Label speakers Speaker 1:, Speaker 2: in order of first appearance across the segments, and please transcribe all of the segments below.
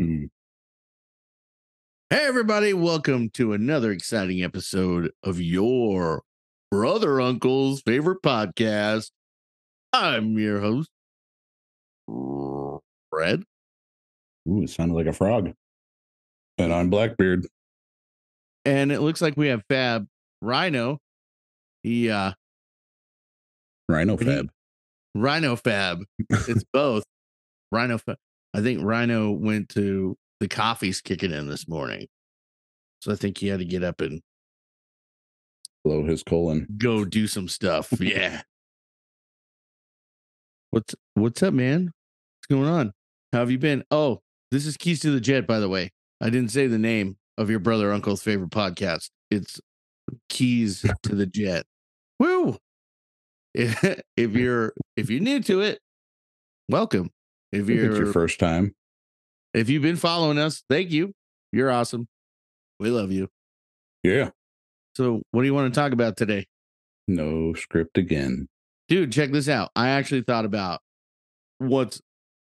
Speaker 1: Mm. Hey, everybody, welcome to another exciting episode of your brother uncle's favorite podcast. I'm your host, Fred.
Speaker 2: Ooh, it sounded like a frog. And I'm Blackbeard.
Speaker 1: And it looks like we have Fab Rhino. He, uh,
Speaker 2: Rhino
Speaker 1: What do you-
Speaker 2: Fab.
Speaker 1: Rhino Fab. It's both. Rhino Fab. I think Rhino went to the coffee's kicking in this morning. So I think he had to get up and
Speaker 2: Blow his colon.
Speaker 1: go do some stuff. Yeah. What's what's up, man? What's going on? How have you been? Oh, this is Keys to the Jet, by the way. I didn't say the name of your brother uncle's favorite podcast. It's Keys to the Jet. Woo! If, if you're if you're new to it, welcome. If
Speaker 2: If it's
Speaker 1: you're
Speaker 2: your first time.
Speaker 1: if you've been following us, thank you. You're awesome. We love you.
Speaker 2: Yeah.
Speaker 1: So, what do you want to talk about today?
Speaker 2: No script again.
Speaker 1: dude check this out i actually thought about what's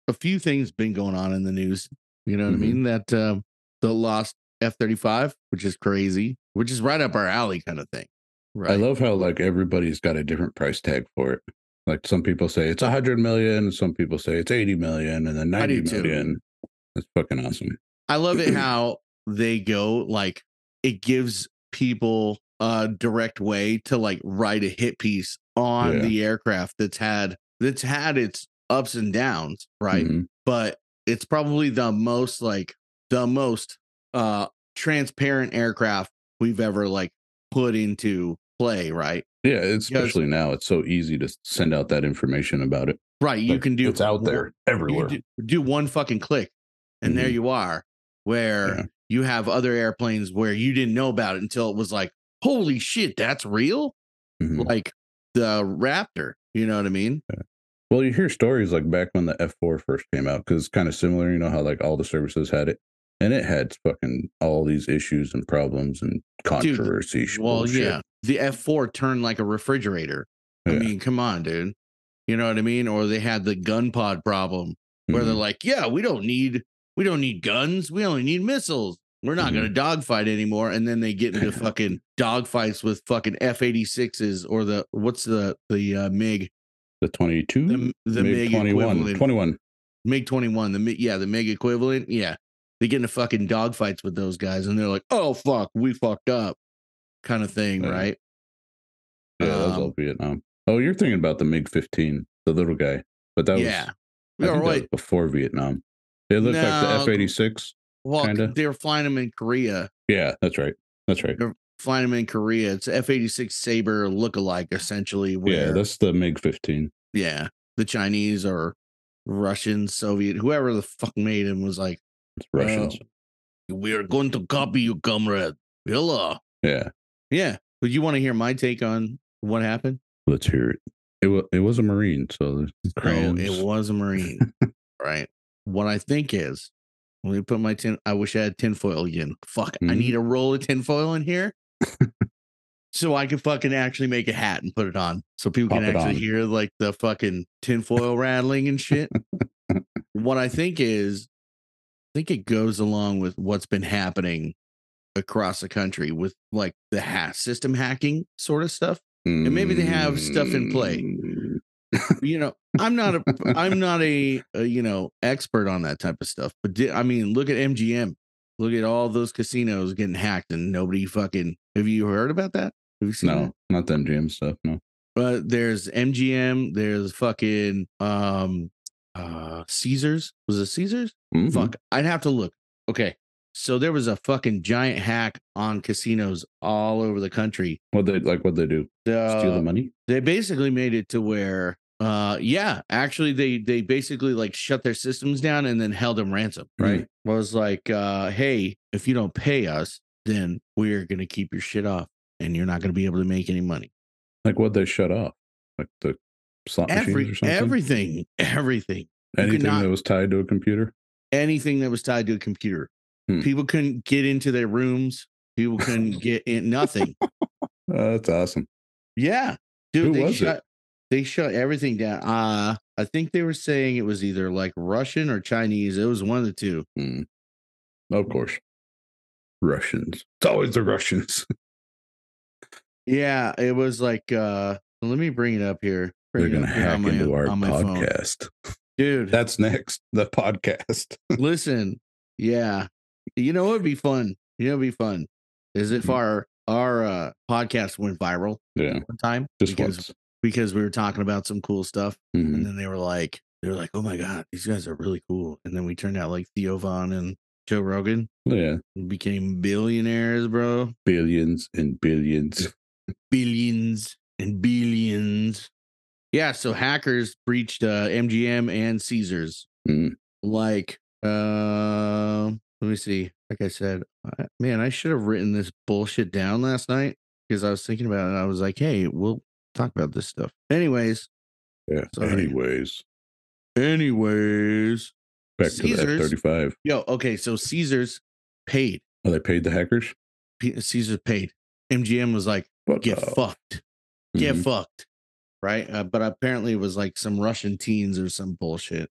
Speaker 1: a few things been going on in the news you know what
Speaker 2: Mhm.
Speaker 1: i mean that um the lost f-35 which is crazy which is right up our alley kind of thing right
Speaker 2: I love how like everybody's got a different price tag for it. Like some people say it's a hundred million, some people say it's eighty million, and then
Speaker 1: I do
Speaker 2: ninety
Speaker 1: too.
Speaker 2: million. That's fucking awesome.
Speaker 1: I love it how they go like it gives people a direct way to like write a hit piece on
Speaker 2: Yeah.
Speaker 1: the aircraft that's had that's had its ups and downs right
Speaker 2: Mhm.
Speaker 1: but it's probably the most like the most uh transparent aircraft we've ever like put into play right
Speaker 2: Yeah, especially now. It's so easy to send out that information about it.
Speaker 1: right you
Speaker 2: Like,
Speaker 1: can do
Speaker 2: it's out there
Speaker 1: you
Speaker 2: everywhere.
Speaker 1: do, do one fucking click and there
Speaker 2: Mhm.
Speaker 1: you are where
Speaker 2: Yeah.
Speaker 1: you have other airplanes where you didn't know about it until it was like holy shit that's real
Speaker 2: Mhm.
Speaker 1: like the raptor you know what i mean
Speaker 2: Well, you hear stories like back when the F4 first came out because it's kind of similar, you know, how like all the services had it and it had fucking all these issues and problems and controversy. sh-
Speaker 1: well
Speaker 2: bullshit.
Speaker 1: yeah the f4 turned like a refrigerator i
Speaker 2: Yeah.
Speaker 1: mean come on dude you know what i mean or they had the gun pod problem where they're
Speaker 2: Mhm.
Speaker 1: like, yeah, we don't need we don't need guns, we only need missiles. We're not
Speaker 2: Mhm.
Speaker 1: going to dogfight anymore. And then they get into fucking dogfights with fucking F eighty sixes or the what's the the uh, Mig
Speaker 2: the 22,
Speaker 1: the the Mig,
Speaker 2: 21,
Speaker 1: equivalent
Speaker 2: 21.
Speaker 1: Mig twenty one the Mi- yeah the Mig equivalent yeah they get into fucking dogfights with those guys and they're like oh fuck we fucked up kind of thing
Speaker 2: Yeah.
Speaker 1: right
Speaker 2: Yeah, that was
Speaker 1: Um,
Speaker 2: all Vietnam. Oh, you're thinking about the MiG 15, the little guy, but that
Speaker 1: yeah
Speaker 2: was, I
Speaker 1: All
Speaker 2: think that
Speaker 1: right.
Speaker 2: was before Vietnam. It looked
Speaker 1: No.
Speaker 2: like the F 86.
Speaker 1: well
Speaker 2: kinda.
Speaker 1: they were flying them in Korea
Speaker 2: Yeah, that's right. That's right.
Speaker 1: flying them in Korea it's F eighty six Saber lookalike essentially
Speaker 2: Yeah,
Speaker 1: where
Speaker 2: that's the MiG 15.
Speaker 1: yeah, the Chinese or Russian, Soviet, whoever the fuck made him was like,
Speaker 2: It's Russians.
Speaker 1: Oh. we are going to copy you, comrade. Hello.
Speaker 2: Yeah,
Speaker 1: Yeah. But you want to hear my take on what happened?
Speaker 2: let's hear it. It, wa it was a Marine, so there's
Speaker 1: No,
Speaker 2: crayons.
Speaker 1: it was a Marine. right. What I think is, let me put my tin. I wish I had tinfoil again. Fuck. I
Speaker 2: Mhm.
Speaker 1: need a roll of tinfoil in here. So I can fucking actually make a hat and put it on, so people
Speaker 2: Pop
Speaker 1: can
Speaker 2: it on.
Speaker 1: actually hear like the fucking tinfoil rattling and shit. what I think is, I think it goes along with what's been happening across the country with like the ha- system hacking sort of stuff.
Speaker 2: and
Speaker 1: maybe they have stuff in play.
Speaker 2: Mm.
Speaker 1: You know, I'm not a I'm not a, a you know expert on that type of stuff, but di- I mean, look at MGM. Look at all those casinos getting hacked and nobody fucking. Have you heard about that? Have you seen that?
Speaker 2: No, not them jam stuff. No.
Speaker 1: But there's MGM. There's fucking um uh Caesars. Was it Caesars?
Speaker 2: Mhm.
Speaker 1: Fuck. I'd have to look. Okay. So there was a fucking giant hack on casinos all over the country.
Speaker 2: What they like? What they do? Steal
Speaker 1: Uh,
Speaker 2: the money?
Speaker 1: they basically made it to where uh yeah actually they they basically like shut their systems down and then held them ransom right
Speaker 2: Mm-hmm.
Speaker 1: was like uh hey if you don't pay us then we're gonna keep your shit off and you're not gonna be able to make any money
Speaker 2: Like what they shut off? Like the slot machines or
Speaker 1: Every,
Speaker 2: something?
Speaker 1: everything everything you
Speaker 2: Anything
Speaker 1: cannot-
Speaker 2: that was tied to a computer?
Speaker 1: anything that was tied to a computer
Speaker 2: Hmm.
Speaker 1: people couldn't get into their rooms people couldn't get in nothing
Speaker 2: Oh, that's awesome.
Speaker 1: yeah dude
Speaker 2: Who
Speaker 1: they
Speaker 2: was it?
Speaker 1: shut they shut everything down uh i think they were saying it was either like russian or chinese it was one of the two
Speaker 2: Mm. Of course. Russians. It's always the Russians.
Speaker 1: Yeah, it was like uh let me bring it up here. Bring
Speaker 2: They're
Speaker 1: it
Speaker 2: gonna
Speaker 1: up here
Speaker 2: hack
Speaker 1: on my-
Speaker 2: into our
Speaker 1: on my phone.
Speaker 2: podcast.
Speaker 1: Dude,
Speaker 2: That's next. The podcast.
Speaker 1: listen. Yeah. You know it'd be fun. You know it'd be fun. Is if
Speaker 2: Mhm.
Speaker 1: our our uh podcast went viral
Speaker 2: yeah,
Speaker 1: one time
Speaker 2: just
Speaker 1: because
Speaker 2: once.
Speaker 1: because we were talking about some cool stuff
Speaker 2: Mhm.
Speaker 1: and then they were like they were like, Oh my god, these guys are really cool. And then we turned out like Theo Vaughn and Joe Rogan
Speaker 2: Yeah,
Speaker 1: and became billionaires, bro.
Speaker 2: billions and billions.
Speaker 1: billions and billions. Yeah, so hackers breached uh, MGM and Caesars.
Speaker 2: Mm.
Speaker 1: Like, uh, let me see. Like I said, I- man, I should have written this bullshit down last night because I was thinking about it. And I was like, hey, we'll talk about this stuff. Anyways,
Speaker 2: Yeah.
Speaker 1: Sorry.
Speaker 2: Anyways,
Speaker 1: anyways.
Speaker 2: back to
Speaker 1: Caesars.
Speaker 2: the F thirty five.
Speaker 1: Yo, okay, so Caesars paid.
Speaker 2: Oh, they paid the hackers.
Speaker 1: P- Caesars paid. MGM was like,
Speaker 2: Fuck
Speaker 1: get
Speaker 2: off.
Speaker 1: fucked. get
Speaker 2: Mhm.
Speaker 1: fucked right uh, but apparently it was like some russian teens or some bullshit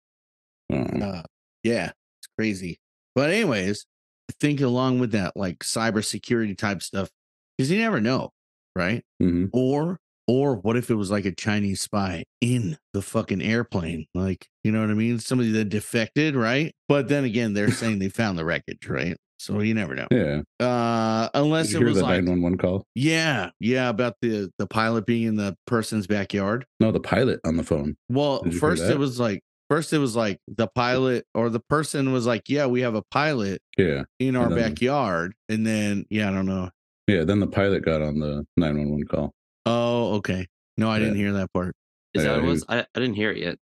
Speaker 2: Uh,
Speaker 1: uh, yeah it's crazy but anyways i think along with that like cybersecurity type stuff because you never know right
Speaker 2: mhm.
Speaker 1: or or what if it was like a chinese spy in the fucking airplane like you know what i mean somebody that defected right but then again they're saying they found the wreckage right so you never know
Speaker 2: Yeah.
Speaker 1: uh
Speaker 2: Did
Speaker 1: unless
Speaker 2: you
Speaker 1: it
Speaker 2: hear
Speaker 1: was
Speaker 2: the
Speaker 1: like
Speaker 2: nine one one call?
Speaker 1: yeah yeah about the the pilot being in the person's backyard
Speaker 2: No, the pilot on the phone.
Speaker 1: Well,
Speaker 2: Did you hear
Speaker 1: first it
Speaker 2: that?
Speaker 1: was like first it was like the pilot or the person was like, "Yeah, we have a pilot
Speaker 2: Yeah,
Speaker 1: in our
Speaker 2: then-
Speaker 1: backyard." And then yeah, I don't know.
Speaker 2: yeah. Then the pilot got on the nine one one call.
Speaker 1: Oh, okay. No, I didn't
Speaker 2: Yeah.
Speaker 1: hear that part.
Speaker 2: Yeah,
Speaker 3: Is that what
Speaker 2: he
Speaker 3: it
Speaker 2: was-
Speaker 3: was? I, I didn't hear it yet.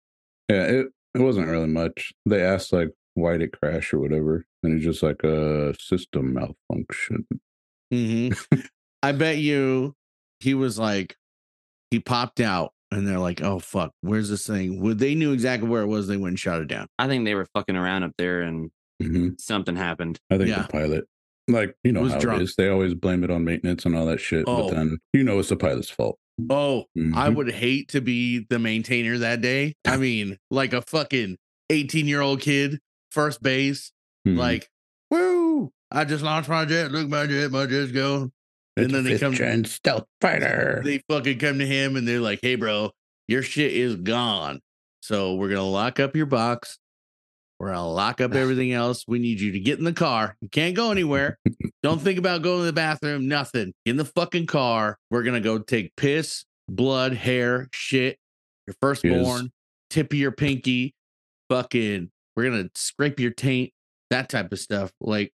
Speaker 2: Yeah, it it wasn't really much. They asked like why would it crash or whatever, and he's just like a uh, system malfunction.
Speaker 1: hmm I bet you he was like he popped out and they're like, "Oh fuck, where's this thing?" Well, they knew exactly where it was. They went and shot it down.
Speaker 3: I think they were fucking around up there and something happened.
Speaker 2: Mm-hmm, I think
Speaker 1: Yeah.
Speaker 2: the pilot, like you know
Speaker 1: Was
Speaker 2: how
Speaker 1: drunk.
Speaker 2: it is. They always blame it on maintenance and all that shit,
Speaker 1: Oh.
Speaker 2: but then you know it's the pilot's fault.
Speaker 1: Oh, I
Speaker 2: Mhm.
Speaker 1: would hate to be the maintainer that day. I mean, like a fucking 18-year-old kid, first base,
Speaker 2: Mhm.
Speaker 1: like, woo, I just launched my jet. Look, my jet, my jet's going.
Speaker 2: It's
Speaker 1: and then they
Speaker 2: fifth
Speaker 1: come-
Speaker 2: gen stealth fighter.
Speaker 1: They fucking come to him and they're like, hey, bro, your shit is gone. So we're going to lock up your box. We're going to lock up everything else. We need you to get in the car. You can't go anywhere. Don't think about going to the bathroom, nothing. In the fucking car, we're going to go take piss, blood, hair, shit, your firstborn, tip of your pinky, fucking, we're going to scrape your taint, that type of stuff. Like,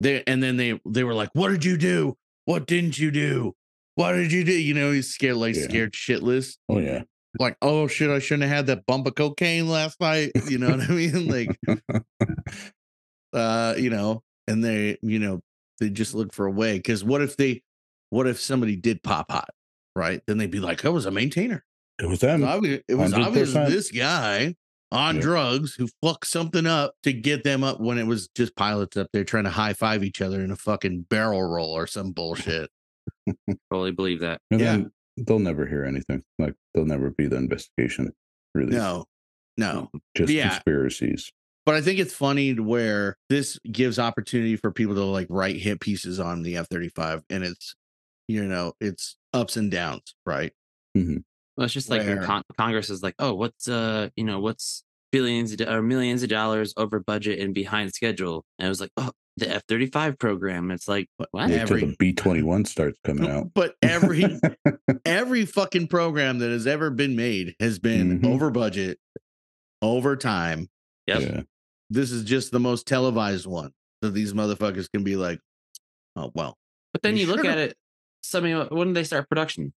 Speaker 1: they, and then they they were like, "What did you do? What didn't you do? What did you do?" You know, he's scared, like
Speaker 2: Yeah.
Speaker 1: scared shitless.
Speaker 2: oh yeah,
Speaker 1: Like, "Oh shit, I shouldn't have had that bump of cocaine last night." You know what I mean? Like, uh, you know, and they, you know, they just look for a way. Because what if they, what if somebody did pop hot, right? Then they'd be like, "I was a maintainer.
Speaker 2: it was
Speaker 1: It
Speaker 2: them.
Speaker 1: was obvious, it was obvious
Speaker 2: 100%.
Speaker 1: this guy." On
Speaker 2: Yeah.
Speaker 1: drugs, who fucked something up to get them up when it was just pilots up there trying to high five each other in a fucking barrel roll or some bullshit.
Speaker 3: Probably believe that.
Speaker 2: And
Speaker 1: Yeah.
Speaker 2: then they'll never hear anything. Like they'll never be the investigation. Really,
Speaker 1: No, no.
Speaker 2: just
Speaker 1: yeah.
Speaker 2: conspiracies.
Speaker 1: But I think it's funny to where this gives opportunity for people to like write hit pieces on the F thirty five, and it's you know it's ups and downs, right?
Speaker 3: Well, it's just like when
Speaker 1: Where-
Speaker 3: con- Congress is like, oh, what's uh, you know, what's billions of do- or millions of dollars over budget and behind schedule, and it was like, oh, the F thirty five program. It's like,
Speaker 1: But
Speaker 3: what?
Speaker 2: Wait
Speaker 1: Yeah.
Speaker 2: till
Speaker 1: Every-
Speaker 2: the B twenty one starts coming out.
Speaker 1: But every every fucking program that has ever been made has been
Speaker 2: Mhm.
Speaker 1: over budget, over time.
Speaker 3: Yep.
Speaker 2: Yeah.
Speaker 1: This is just the most televised one that these motherfuckers can be like, oh well,
Speaker 3: But then
Speaker 1: You
Speaker 3: you look
Speaker 1: should've-
Speaker 3: at it. So I mean, when did they start production?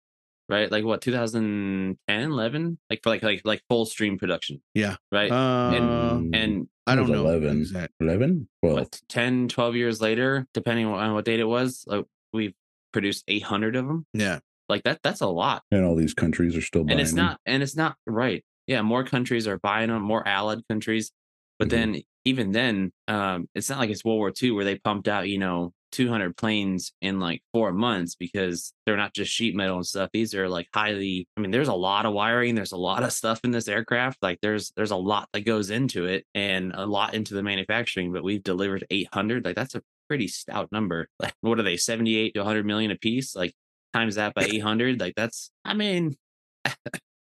Speaker 3: Right, like what 2010, 11, like for like like like full stream production.
Speaker 1: Yeah.
Speaker 3: Right.
Speaker 1: uh,
Speaker 2: Um,
Speaker 3: and
Speaker 1: I
Speaker 2: it was
Speaker 1: don't know.
Speaker 2: 11.
Speaker 1: exact-
Speaker 2: eleven. Well,
Speaker 3: what 10 12 years later depending on what date it was like we've produced 800 of them
Speaker 1: Yeah,
Speaker 3: like that that's a lot
Speaker 2: and all these countries are still buying.
Speaker 3: and it's
Speaker 2: them.
Speaker 3: not and it's not right yeah more countries are buying them more allied countries but
Speaker 2: Mhm.
Speaker 3: then even then um it's not like it's world war ii where they pumped out you know 200 planes in like four months because they're not just sheet metal and stuff these are like highly i mean there's a lot of wiring there's a lot of stuff in this aircraft like there's there's a lot that goes into it and a lot into the manufacturing but we've delivered 800 like that's a pretty stout number. Like, what are they, 78 to 100 million a piece? Like, times that by 800. Like, that's, I mean,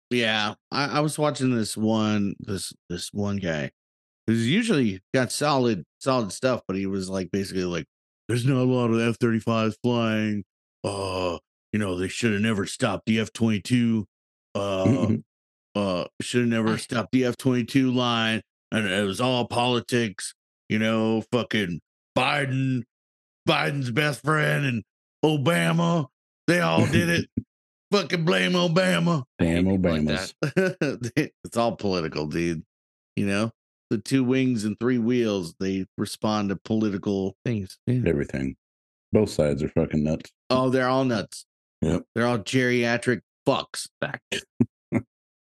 Speaker 1: Yeah, I, I was watching this one this this one guy who's usually got solid solid stuff, but he was like basically like, "There's not a lot of F 35s flying. Uh, you know they should have never stopped the F 22. Uh, uh, should have never stopped the F 22 line, and it was all politics. You know, fucking Biden, Biden's best friend, and Obama. They all did it. fucking blame Obama."
Speaker 2: Bam
Speaker 3: Like
Speaker 2: Obamas.
Speaker 3: that.
Speaker 1: it's all political, dude. You know, the two wings and three wheels, they respond to political things.
Speaker 2: Everything. Both sides are fucking nuts.
Speaker 1: Oh, they're all nuts.
Speaker 2: Yep.
Speaker 1: They're all geriatric fucks.
Speaker 3: fact.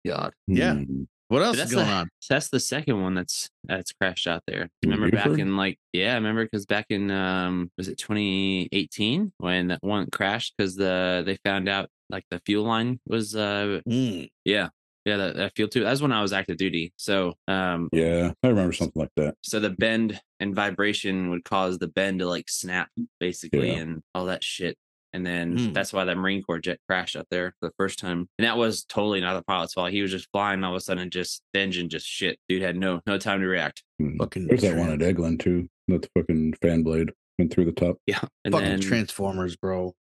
Speaker 3: God.
Speaker 1: Yeah.
Speaker 2: Mm.
Speaker 1: What else
Speaker 3: that's
Speaker 1: is going
Speaker 3: the-
Speaker 1: on?
Speaker 3: So that's the second one that's that's crashed out there.
Speaker 2: In
Speaker 3: Remember back
Speaker 2: Beautiford?
Speaker 3: in like yeah, I remember because back in um was it 2018 when that one crashed because the they found out like the fuel line was uh
Speaker 1: Mm.
Speaker 3: yeah yeah that, that fuel tube. That's when I was active duty. So um
Speaker 2: Yeah. I remember something like that.
Speaker 3: so the bend and vibration would cause the bend to like snap basically
Speaker 2: Yeah.
Speaker 3: and all that shit and then
Speaker 1: Hmm.
Speaker 3: that's why that marine corps jet crashed out there the first time and that was totally not the pilot's fault he was just flying and all of a sudden just the engine just shit dude had no no time to react
Speaker 2: Mm.
Speaker 1: Fucking,
Speaker 2: There's that
Speaker 1: tran-
Speaker 2: one at Eglin too. That the fucking fan blade went through the top.
Speaker 3: and
Speaker 1: fucking
Speaker 3: then
Speaker 1: Transformers, bro.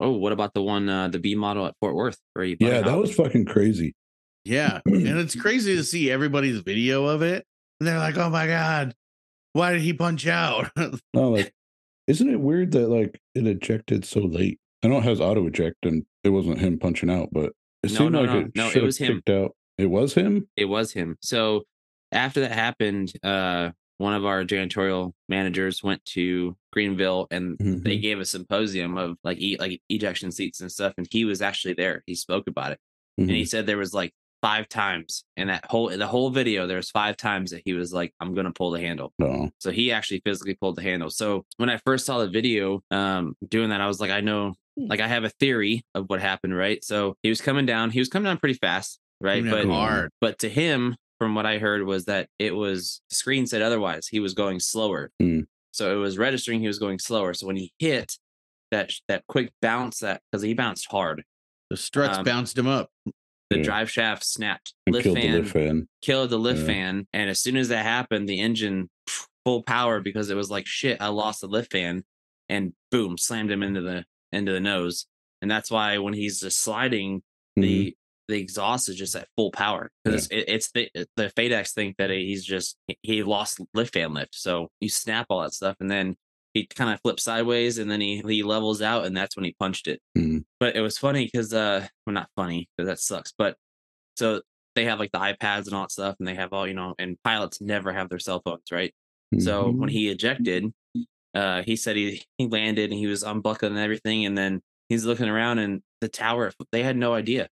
Speaker 3: oh what about the one uh the b model at fort worth where you
Speaker 2: Yeah, that was fucking crazy.
Speaker 1: Yeah. and it's crazy to see everybody's video of it. And they're like, oh my God, why did he punch out?
Speaker 2: No, like, isn't it weird that like it ejected so late? I know it has auto eject, and it wasn't him punching out, but it
Speaker 3: No,
Speaker 2: seemed
Speaker 3: no,
Speaker 2: like
Speaker 3: no.
Speaker 2: it
Speaker 3: No, it
Speaker 2: should have
Speaker 3: was him.
Speaker 2: kicked out. It was him.
Speaker 3: it was him. So after that happened, uh, one of our janitorial managers went to Greenville and
Speaker 2: Mm-hmm,
Speaker 3: they gave a symposium of like eat like ejection seats and stuff, and he was actually there. He spoke about it, and
Speaker 2: Mm-hmm.
Speaker 3: he said there was like five times in that whole the whole video. There was five times that he was like, "I'm gonna pull the handle."
Speaker 2: No,
Speaker 3: So he actually physically pulled the handle. So when I first saw the video um doing that, I was like, I know, like I have a theory of what happened, right? So he was coming down, he was coming down pretty fast, right?
Speaker 1: Yeah,
Speaker 3: But
Speaker 1: hard.
Speaker 3: but to him, from what I heard, was that it was the screen said otherwise. He was going slower.
Speaker 2: Mm.
Speaker 3: So it was registering he was going slower. So when he hit that that quick bounce that because he bounced hard.
Speaker 1: The struts
Speaker 3: Um,
Speaker 1: bounced him up.
Speaker 3: The
Speaker 2: Yeah.
Speaker 3: drive shaft snapped.
Speaker 2: Hmm. and
Speaker 3: Lift
Speaker 2: killed
Speaker 3: fan,
Speaker 2: the lift fan.
Speaker 3: killed the lift
Speaker 2: Yeah.
Speaker 3: fan. And as soon as that happened, the engine pff, full power because it was like shit, I lost the lift fan and boom, slammed him into the into the nose. And that's why when he's just sliding,
Speaker 2: Mhm.
Speaker 3: the the exhaust is just at full power because it, it's the the Fadex think that he's just he- he lost lift fan lift, so you snap all that stuff, and then he kind of flips sideways, and then he he levels out, and that's when he punched it.
Speaker 2: Mhm.
Speaker 3: But it was funny because uh, well, not funny because that sucks, but so they have like the iPads and all that stuff, and they have all you know, and pilots never have their cell phones, right? So when
Speaker 2: Mhm.
Speaker 3: he ejected, uh, he said he, he landed and he was unbuckling and everything, and then he's looking around and the tower. They had no idea.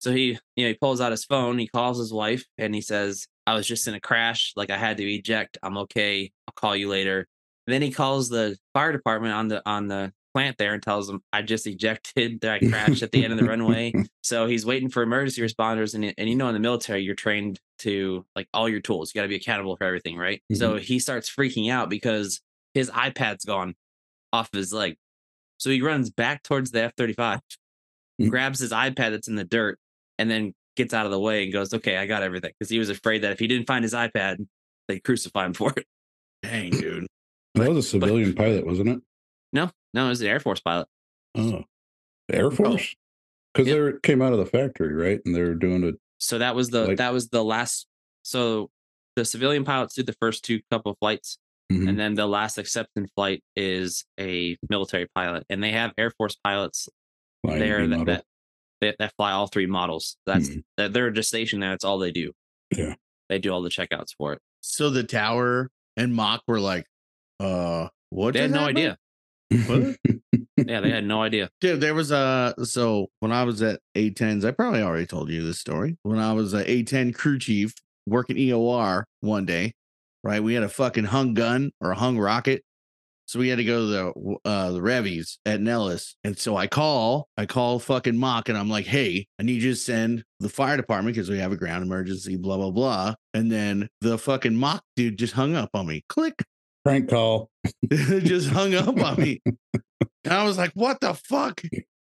Speaker 3: so he, you know, he pulls out his phone, he calls his wife, and he says, "I was just in a crash. Like I had to eject. I'm okay. I'll call you later." And then he calls the fire department on the on the plant there and tells them, "I just ejected. that I crashed at the end of the runway." So he's waiting for emergency responders, and and you know in the military you're trained to like all your tools. You got to be accountable for everything, right? So he starts freaking out because his iPad's gone off of his leg. So he runs back towards the F thirty five,
Speaker 2: Mhm.
Speaker 3: grabs his iPad that's in the dirt, and then gets out of the way and goes, "Okay, I got everything," because he was afraid that if he didn't find his iPad, they'd crucify him for it.
Speaker 1: Dang, dude.
Speaker 2: that was a civilian pilot, wasn't it?
Speaker 3: No, no, it was an Air Force pilot.
Speaker 2: Oh, The Air Force. Because
Speaker 3: Yep.
Speaker 2: they were- came out of the factory, right? And they were doing it.
Speaker 3: So that was the
Speaker 2: Like-
Speaker 3: that was the last. So the civilian pilots did the first two couple flights,
Speaker 2: Mhm.
Speaker 3: and then the last acceptance flight is a military pilot, and they have Air Force pilots
Speaker 2: Lion
Speaker 3: there
Speaker 2: B
Speaker 3: that,
Speaker 2: model. Mm-hmm.
Speaker 3: that that that fly all three models. That's that they're just stationed there. That's all they do.
Speaker 2: Yeah.
Speaker 3: they do all the checkouts for it.
Speaker 1: So the tower and Mock were like, uh, what?
Speaker 3: they had
Speaker 1: just
Speaker 3: no
Speaker 1: happened?
Speaker 3: idea.
Speaker 1: What?
Speaker 3: Yeah, they had no idea.
Speaker 1: Dude, there was a so when I was at A10s, I probably already told you this story. When I was a A10 crew chief working EOR one day, right? We had a fucking hung gun or a hung rocket, so we had to go to the uh, the Revies at Nellis, and so I call, I call fucking Mock, and I'm like, hey, I need you to send the fire department because we have a ground emergency, blah blah blah, and then the fucking Mock dude just hung up on me, click,
Speaker 2: Prank call.
Speaker 1: just hung up on me. And I was like, what the fuck?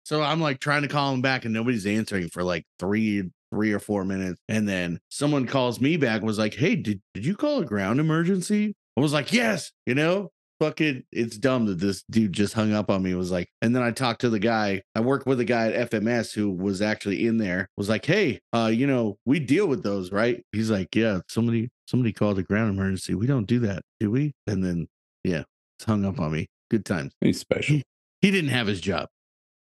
Speaker 1: So I'm like trying to call him back and nobody's answering for like three, three or four minutes. And then someone calls me back and was like, Hey, did, did you call a ground emergency? I was like, Yes, you know, fucking it's dumb that this dude just hung up on me. It was like, and then I talked to the guy. I worked with a guy at FMS who was actually in there, was like, Hey, uh, you know, we deal with those, right? He's like, Yeah, somebody somebody called a ground emergency. We don't do that, do we? And then yeah, it's hung up on me. Good times.
Speaker 2: He's special.
Speaker 1: He didn't have his job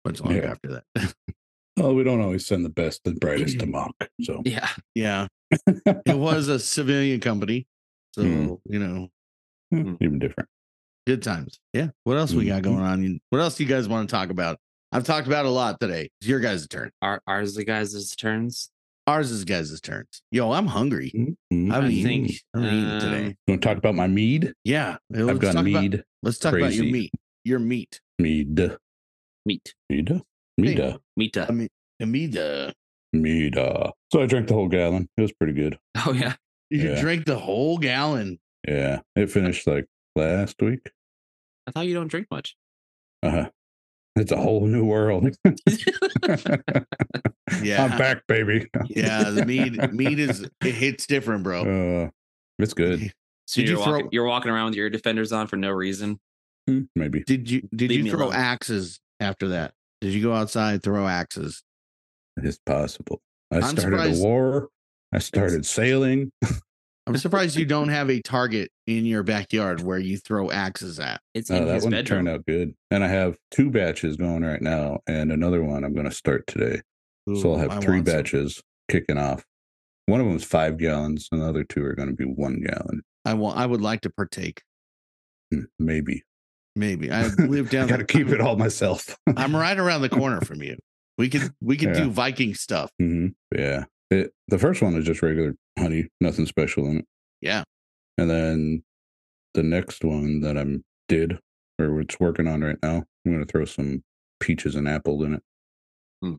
Speaker 1: much longer
Speaker 2: Yeah.
Speaker 1: after that.
Speaker 2: Well, Oh, we don't always send the best and brightest to mock. So
Speaker 3: Yeah.
Speaker 1: yeah. It was a civilian company. So,
Speaker 2: Hmm.
Speaker 1: you know,
Speaker 2: even different.
Speaker 1: Good times. Yeah. What else we got
Speaker 2: Mhm.
Speaker 1: going on? You- What else do you guys want to talk about? I've talked about a lot today. It's your guys' turn.
Speaker 3: Our, ours, the guys' turns.
Speaker 1: Ours is guys' turns. Yo, I'm hungry. I
Speaker 2: Mm.
Speaker 1: haven't
Speaker 3: I
Speaker 1: eaten.
Speaker 3: think,
Speaker 1: I haven't eaten
Speaker 3: um,
Speaker 1: today.
Speaker 2: You want to talk about my mead?
Speaker 1: Yeah.
Speaker 2: I've
Speaker 1: let's
Speaker 2: got
Speaker 1: talk about-
Speaker 2: mead.
Speaker 1: let's talk about your
Speaker 2: crazy.
Speaker 1: meat. Your meat.
Speaker 2: mead.
Speaker 3: Meat.
Speaker 2: Mead. Mead.
Speaker 3: Mita.
Speaker 1: Um, Amida.
Speaker 2: Mead. So I drank the whole gallon. It was pretty good.
Speaker 3: Oh, yeah.
Speaker 1: You
Speaker 2: Yeah.
Speaker 1: drank the whole gallon.
Speaker 2: Yeah. It finished like last week.
Speaker 3: I thought you don't drink much.
Speaker 2: Uh-huh. It's a whole new world.
Speaker 1: Yeah.
Speaker 2: I'm back, baby.
Speaker 1: Yeah. The meat meat is it hits different, bro.
Speaker 2: Uh, it's good.
Speaker 3: So
Speaker 1: Did
Speaker 3: you're,
Speaker 1: you
Speaker 3: walking,
Speaker 1: throw-
Speaker 3: you're walking around with your defenders on for no reason.
Speaker 2: Hmm, Maybe.
Speaker 1: Did you did
Speaker 3: Leave
Speaker 1: you
Speaker 3: me
Speaker 1: throw
Speaker 3: alone.
Speaker 1: axes after that? Did you go outside throw axes?
Speaker 2: It's possible. I
Speaker 1: I'm
Speaker 2: started
Speaker 1: surprised-
Speaker 2: a war. I started sailing.
Speaker 1: I'm surprised you don't have a target in your backyard where you throw axes at.
Speaker 3: It's
Speaker 2: Oh,
Speaker 3: in
Speaker 2: that
Speaker 3: his
Speaker 2: one
Speaker 3: bedroom.
Speaker 2: turned out good. And I have two batches going right now, and another one I'm going to start today. so I'll have
Speaker 1: I
Speaker 2: three
Speaker 1: want some.
Speaker 2: batches kicking off. One of them is five gallons, and the other two are going to be one gallon,
Speaker 1: I want. I would like to partake.
Speaker 2: Hmm, maybe.
Speaker 1: Maybe I live
Speaker 2: I
Speaker 1: down.
Speaker 2: got to
Speaker 1: the-
Speaker 2: keep it all myself.
Speaker 1: I'm right around the corner from you. We could we could
Speaker 2: Yeah.
Speaker 1: do Viking stuff.
Speaker 2: hmm Yeah. It, the first one is just regular honey, nothing special in it.
Speaker 1: Yeah.
Speaker 2: And then the next one that I'm did or it's working on right now, I'm gonna throw some peaches and apple in it.
Speaker 3: Hmm.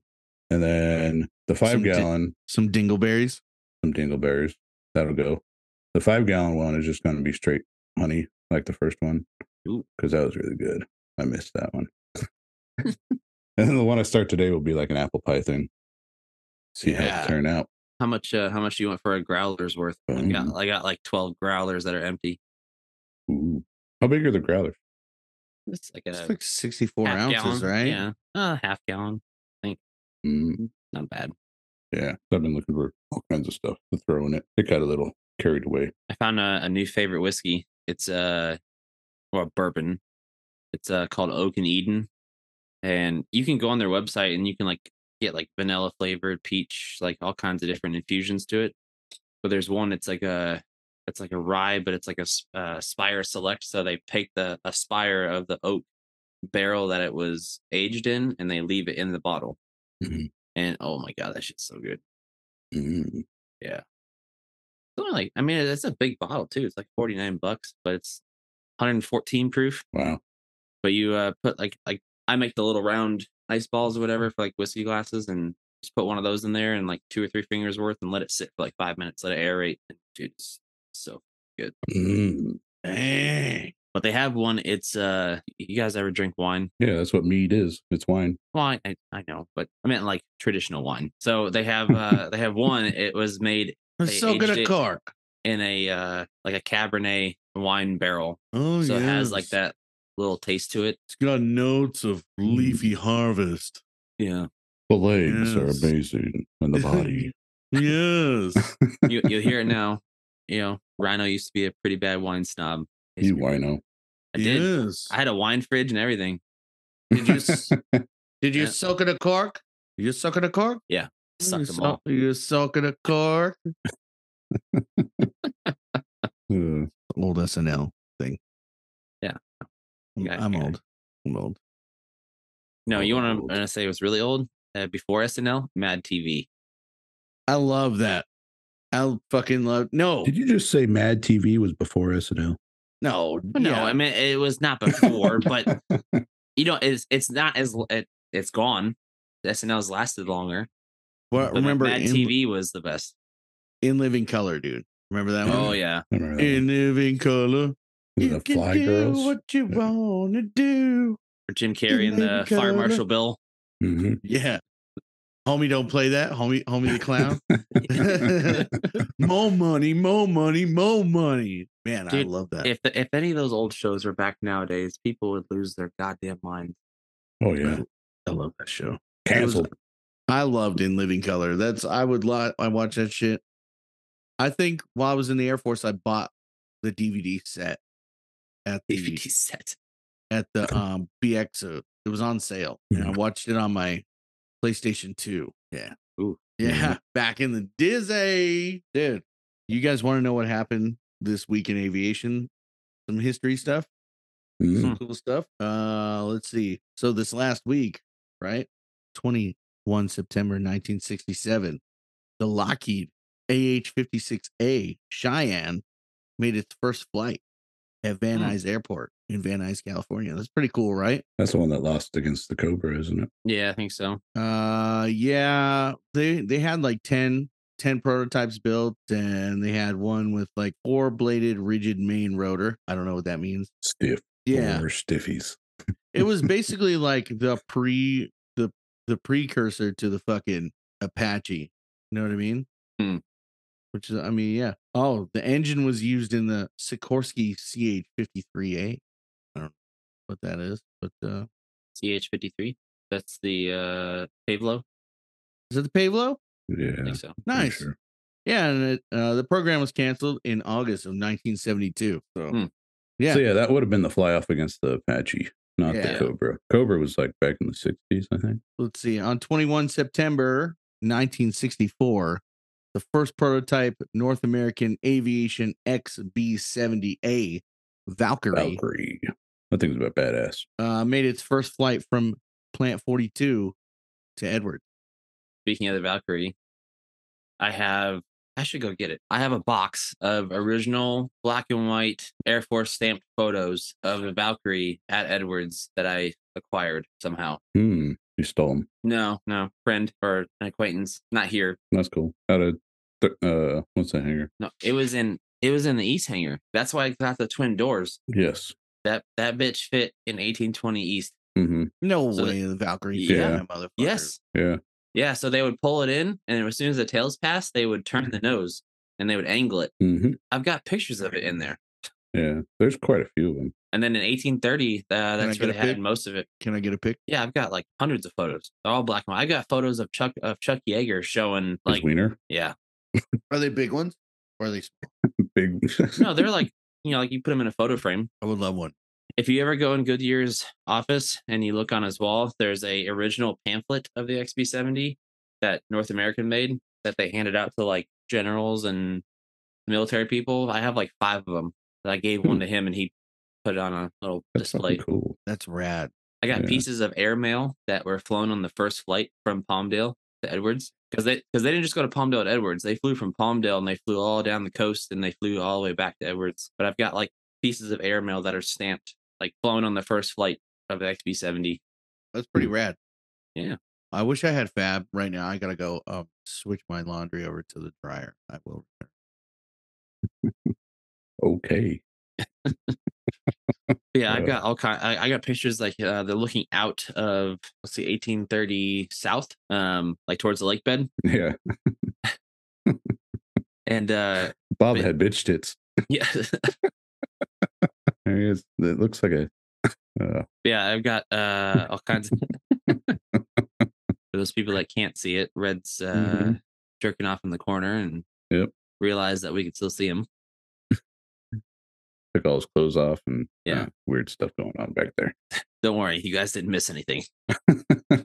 Speaker 2: And then the five
Speaker 1: Some di-
Speaker 2: gallon,
Speaker 1: Some dingleberries.
Speaker 2: some dingleberries, that'll go. The five gallon one is just gonna be straight honey, like the first one.
Speaker 3: Ooh.
Speaker 2: Because that was really good. I missed that one. and then the one I start today will be like an apple pie thing. See how
Speaker 1: Yeah.
Speaker 2: it turn out.
Speaker 3: How much? Uh, how much do you want for a growler's worth? I got,
Speaker 1: Mm.
Speaker 3: I got like twelve growlers that are empty.
Speaker 2: Ooh. How big are the growlers?
Speaker 3: It's like a
Speaker 1: It's like 64
Speaker 3: half
Speaker 1: ounces,
Speaker 3: gallon.
Speaker 1: right?
Speaker 3: Yeah, uh, half gallon.
Speaker 2: Mm,
Speaker 3: Not bad.
Speaker 2: Yeah, I've been looking for all kinds of stuff to throw in it. It got a little carried away.
Speaker 3: I found a, a new favorite whiskey. It's uh, well, bourbon. It's uh called Oak and Eden, and you can go on their website and you can like get like vanilla flavored, peach, like all kinds of different infusions to it. But there's one that's like a it's like a rye, but it's like a s- uh, spire select. So they take the a spire of the oak barrel that it was aged in, and they leave it in the bottle.
Speaker 2: Mhm.
Speaker 3: And oh my god, that shit's so good.
Speaker 2: Mm.
Speaker 3: It's only like I mean, it's a big bottle too. It's like forty nine bucks, but it's one hundred and fourteen proof.
Speaker 2: Wow.
Speaker 3: But you uh, put like like I make the little round ice balls or whatever for like whiskey glasses, and just put one of those in there and like two or three fingers worth, and let it sit for like five minutes, let it aerate. And dude, it's so.
Speaker 2: Mm.
Speaker 1: Dang.
Speaker 3: But they have one. It's uh, you guys ever drink wine?
Speaker 2: Yeah, that's what mead is. It's wine.
Speaker 3: Well, I, I, I know, but I meant like traditional wine. So they have uh, they have one. It was made
Speaker 1: It's
Speaker 3: They
Speaker 1: so good
Speaker 3: aged
Speaker 1: at
Speaker 3: it.
Speaker 1: Cork.
Speaker 3: in a uh, like a Cabernet wine barrel,
Speaker 1: Oh,
Speaker 3: so
Speaker 1: yeah.
Speaker 3: it has like that Mm. little taste to it.
Speaker 1: It's got notes of leafy harvest.
Speaker 3: Yeah.
Speaker 2: The legs are
Speaker 1: Yes.
Speaker 2: amazing, and the body.
Speaker 1: Yes.
Speaker 3: You you hear it now. You know, Rhino used to be a pretty bad wine snob. He's-
Speaker 2: you wino.
Speaker 3: I did.
Speaker 1: Yes.
Speaker 3: I had a wine fridge and everything.
Speaker 1: Did you s- Did you
Speaker 3: Yeah.
Speaker 1: soak it a cork? You soak it a cork?
Speaker 3: Sucked
Speaker 1: you
Speaker 3: them all.
Speaker 1: You soak it a cork?
Speaker 2: Uh,
Speaker 1: old SNL thing.
Speaker 3: Yeah.
Speaker 1: I'm,
Speaker 3: Yeah,
Speaker 1: I'm
Speaker 3: yeah.
Speaker 1: old. I'm old.
Speaker 3: No, you want
Speaker 2: old.
Speaker 3: to say it was really old? Uh, before SNL, Mad TV.
Speaker 1: I love that. I fucking love. No,
Speaker 2: Did you just say Mad TV was before SNL?
Speaker 1: no,
Speaker 3: Oh, No,
Speaker 1: yeah.
Speaker 3: I mean it was not before, but you know, it's it's not as l- it, it's gone. SNL's lasted longer.
Speaker 1: Well,
Speaker 3: But
Speaker 1: remember
Speaker 3: Mad
Speaker 1: in,
Speaker 3: TV was the best.
Speaker 1: in Living Color, dude. Remember that one?
Speaker 3: Oh yeah,
Speaker 2: I remember that one.
Speaker 1: In Living Color,
Speaker 2: the Fly Girls.
Speaker 1: what you
Speaker 2: Yeah.
Speaker 1: want to do.
Speaker 3: Or Jim Carrey and
Speaker 1: Maybe
Speaker 3: the Fire
Speaker 1: color.
Speaker 3: Marshal Bill.
Speaker 2: Mhm.
Speaker 1: Yeah. Homie, don't play that. Homie, homie the clown. mo money, mo money, mo money. Man,
Speaker 3: Dude,
Speaker 1: I love that.
Speaker 3: If the, if any of those old shows were back nowadays, people would lose their goddamn mind.
Speaker 2: Oh yeah,
Speaker 1: I love that show.
Speaker 2: canceled.
Speaker 1: I loved In Living Color. That's I would lie. I watch that shit. I think while I was in the Air Force, I bought the DVD set at the
Speaker 3: DVD set.
Speaker 1: at the um BXO. It was on sale, and I
Speaker 2: Yeah.
Speaker 1: watched it on my PlayStation Two. Yeah,
Speaker 3: Ooh.
Speaker 1: yeah.
Speaker 2: Mhm.
Speaker 1: Back in the dizzy, dude. You guys want to know what happened this week in aviation? Some history stuff,
Speaker 2: Mhm.
Speaker 1: some cool stuff. Uh, let's see. So this last week, right, twenty one September nineteen sixty seven, the Lockheed AH fifty six A Cheyenne made its first flight at Van
Speaker 3: Hmm.
Speaker 1: Nuys Airport in Van Nuys, California. That's pretty cool, right?
Speaker 2: That's the one that lost against the Cobra, isn't it?
Speaker 3: Yeah, I think so.
Speaker 1: Uh yeah, they they had like 10 10 prototypes built and they had one with like four bladed rigid main rotor. I don't know what that means.
Speaker 2: Stiff.
Speaker 1: Yeah.
Speaker 2: Or stiffies.
Speaker 1: it was basically like the pre the the precursor to the fucking Apache. You know what I mean?
Speaker 3: Hmm.
Speaker 1: Which is I mean, yeah. Oh, the engine was used in the Sikorsky CH53A. I don't know what that is, but uh
Speaker 3: CH53. That's the uh Pablo.
Speaker 1: is it the Pavlo?
Speaker 3: I
Speaker 2: Yeah.
Speaker 3: think so.
Speaker 2: pretty
Speaker 1: Nice.
Speaker 2: sure.
Speaker 1: Yeah, and it, uh, the program was canceled in August of 1972. So
Speaker 3: Hmm.
Speaker 1: Yeah.
Speaker 2: So yeah, that would have been the fly off against the Apache, not
Speaker 1: Yeah.
Speaker 2: the Cobra. Cobra was like back in the sixties, I think.
Speaker 1: let's see. On 21 September 1964, the first prototype North American Aviation XB70A Valkyrie
Speaker 2: Valkyrie. That thing's about badass.
Speaker 1: uh, made its first flight from Plant 42 to Edward.
Speaker 3: Speaking of the Valkyrie, I have. I should go get it. I have a box of original black and white Air Force stamped photos of the Valkyrie at Edwards that I acquired somehow.
Speaker 2: Hmm. You stole him.
Speaker 3: No, no, friend or an acquaintance, not here.
Speaker 2: That's cool. Out of th- uh, what's that hanger?
Speaker 3: No, it was in it was in the East Hangar. That's why I got the twin doors.
Speaker 2: Yes.
Speaker 3: That that bitch fit in 1820 East.
Speaker 2: Mm-hmm.
Speaker 1: No
Speaker 3: So
Speaker 1: way the Valkyrie.
Speaker 2: Yeah.
Speaker 1: that motherfucker.
Speaker 3: Yes.
Speaker 2: Yeah.
Speaker 3: Yeah, so they would pull it in, and as soon as the tails passed, they would turn the nose and they would angle it.
Speaker 2: Mm-hmm.
Speaker 3: I've got pictures of it in there.
Speaker 2: Yeah. There's quite a few of them.
Speaker 3: And then in 1830, uh, that's
Speaker 1: get
Speaker 3: where
Speaker 1: a
Speaker 3: they had
Speaker 1: pic?
Speaker 3: most of it.
Speaker 1: Can I get a pic?
Speaker 3: Yeah, I've got like hundreds of photos. They're all black and white. I got photos of Chuck of Chuck Yeager showing
Speaker 2: There's
Speaker 3: like,
Speaker 2: Wiener.
Speaker 3: yeah,
Speaker 1: Are they big ones? Or are they? small?
Speaker 2: Big.
Speaker 3: no, they're like you know, like you put them in a photo frame.
Speaker 1: I would love one.
Speaker 3: If you ever go in Goodyear's office and you look on his wall, there's a original pamphlet of the XB70 that North American made that they handed out to like generals and military people. I have like five of them. I gave one to him and he put it on a little
Speaker 2: That's
Speaker 3: display.
Speaker 2: fucking cool.
Speaker 1: That's rad.
Speaker 3: I got
Speaker 2: Yeah.
Speaker 3: pieces of airmail that were flown on the first flight from Palmdale to Edwards because they because they didn't just go to Palmdale to Edwards. They flew from Palmdale and they flew all down the coast and they flew all the way back to Edwards. But I've got like pieces of airmail that are stamped like flown on the first flight of the XB seventy.
Speaker 1: That's pretty
Speaker 2: Hmm.
Speaker 1: rad.
Speaker 3: Yeah.
Speaker 1: I wish I had Fab right now. I gotta go um switch my laundry over to the dryer. I will.
Speaker 2: Okay.
Speaker 3: Yeah, I've
Speaker 2: Yeah.
Speaker 3: got all kind. I, I got pictures like uh, they're looking out of let's see, eighteen thirty south, um, like towards the lake bed,
Speaker 2: Yeah.
Speaker 3: and uh,
Speaker 2: Bob
Speaker 3: Wait.
Speaker 2: had bitch tits.
Speaker 3: yeah,
Speaker 2: There he is. It looks like a. Uh,
Speaker 3: Yeah, I've got uh all kinds of for those people that can't see it, Red's uh
Speaker 2: Mhm.
Speaker 3: jerking off in the corner and
Speaker 2: Yep.
Speaker 3: realized that we could still see him.
Speaker 2: took all his clothes off and
Speaker 3: Yeah.
Speaker 2: uh, weird stuff going on back there.
Speaker 3: Don't worry, you guys didn't miss anything. yeah,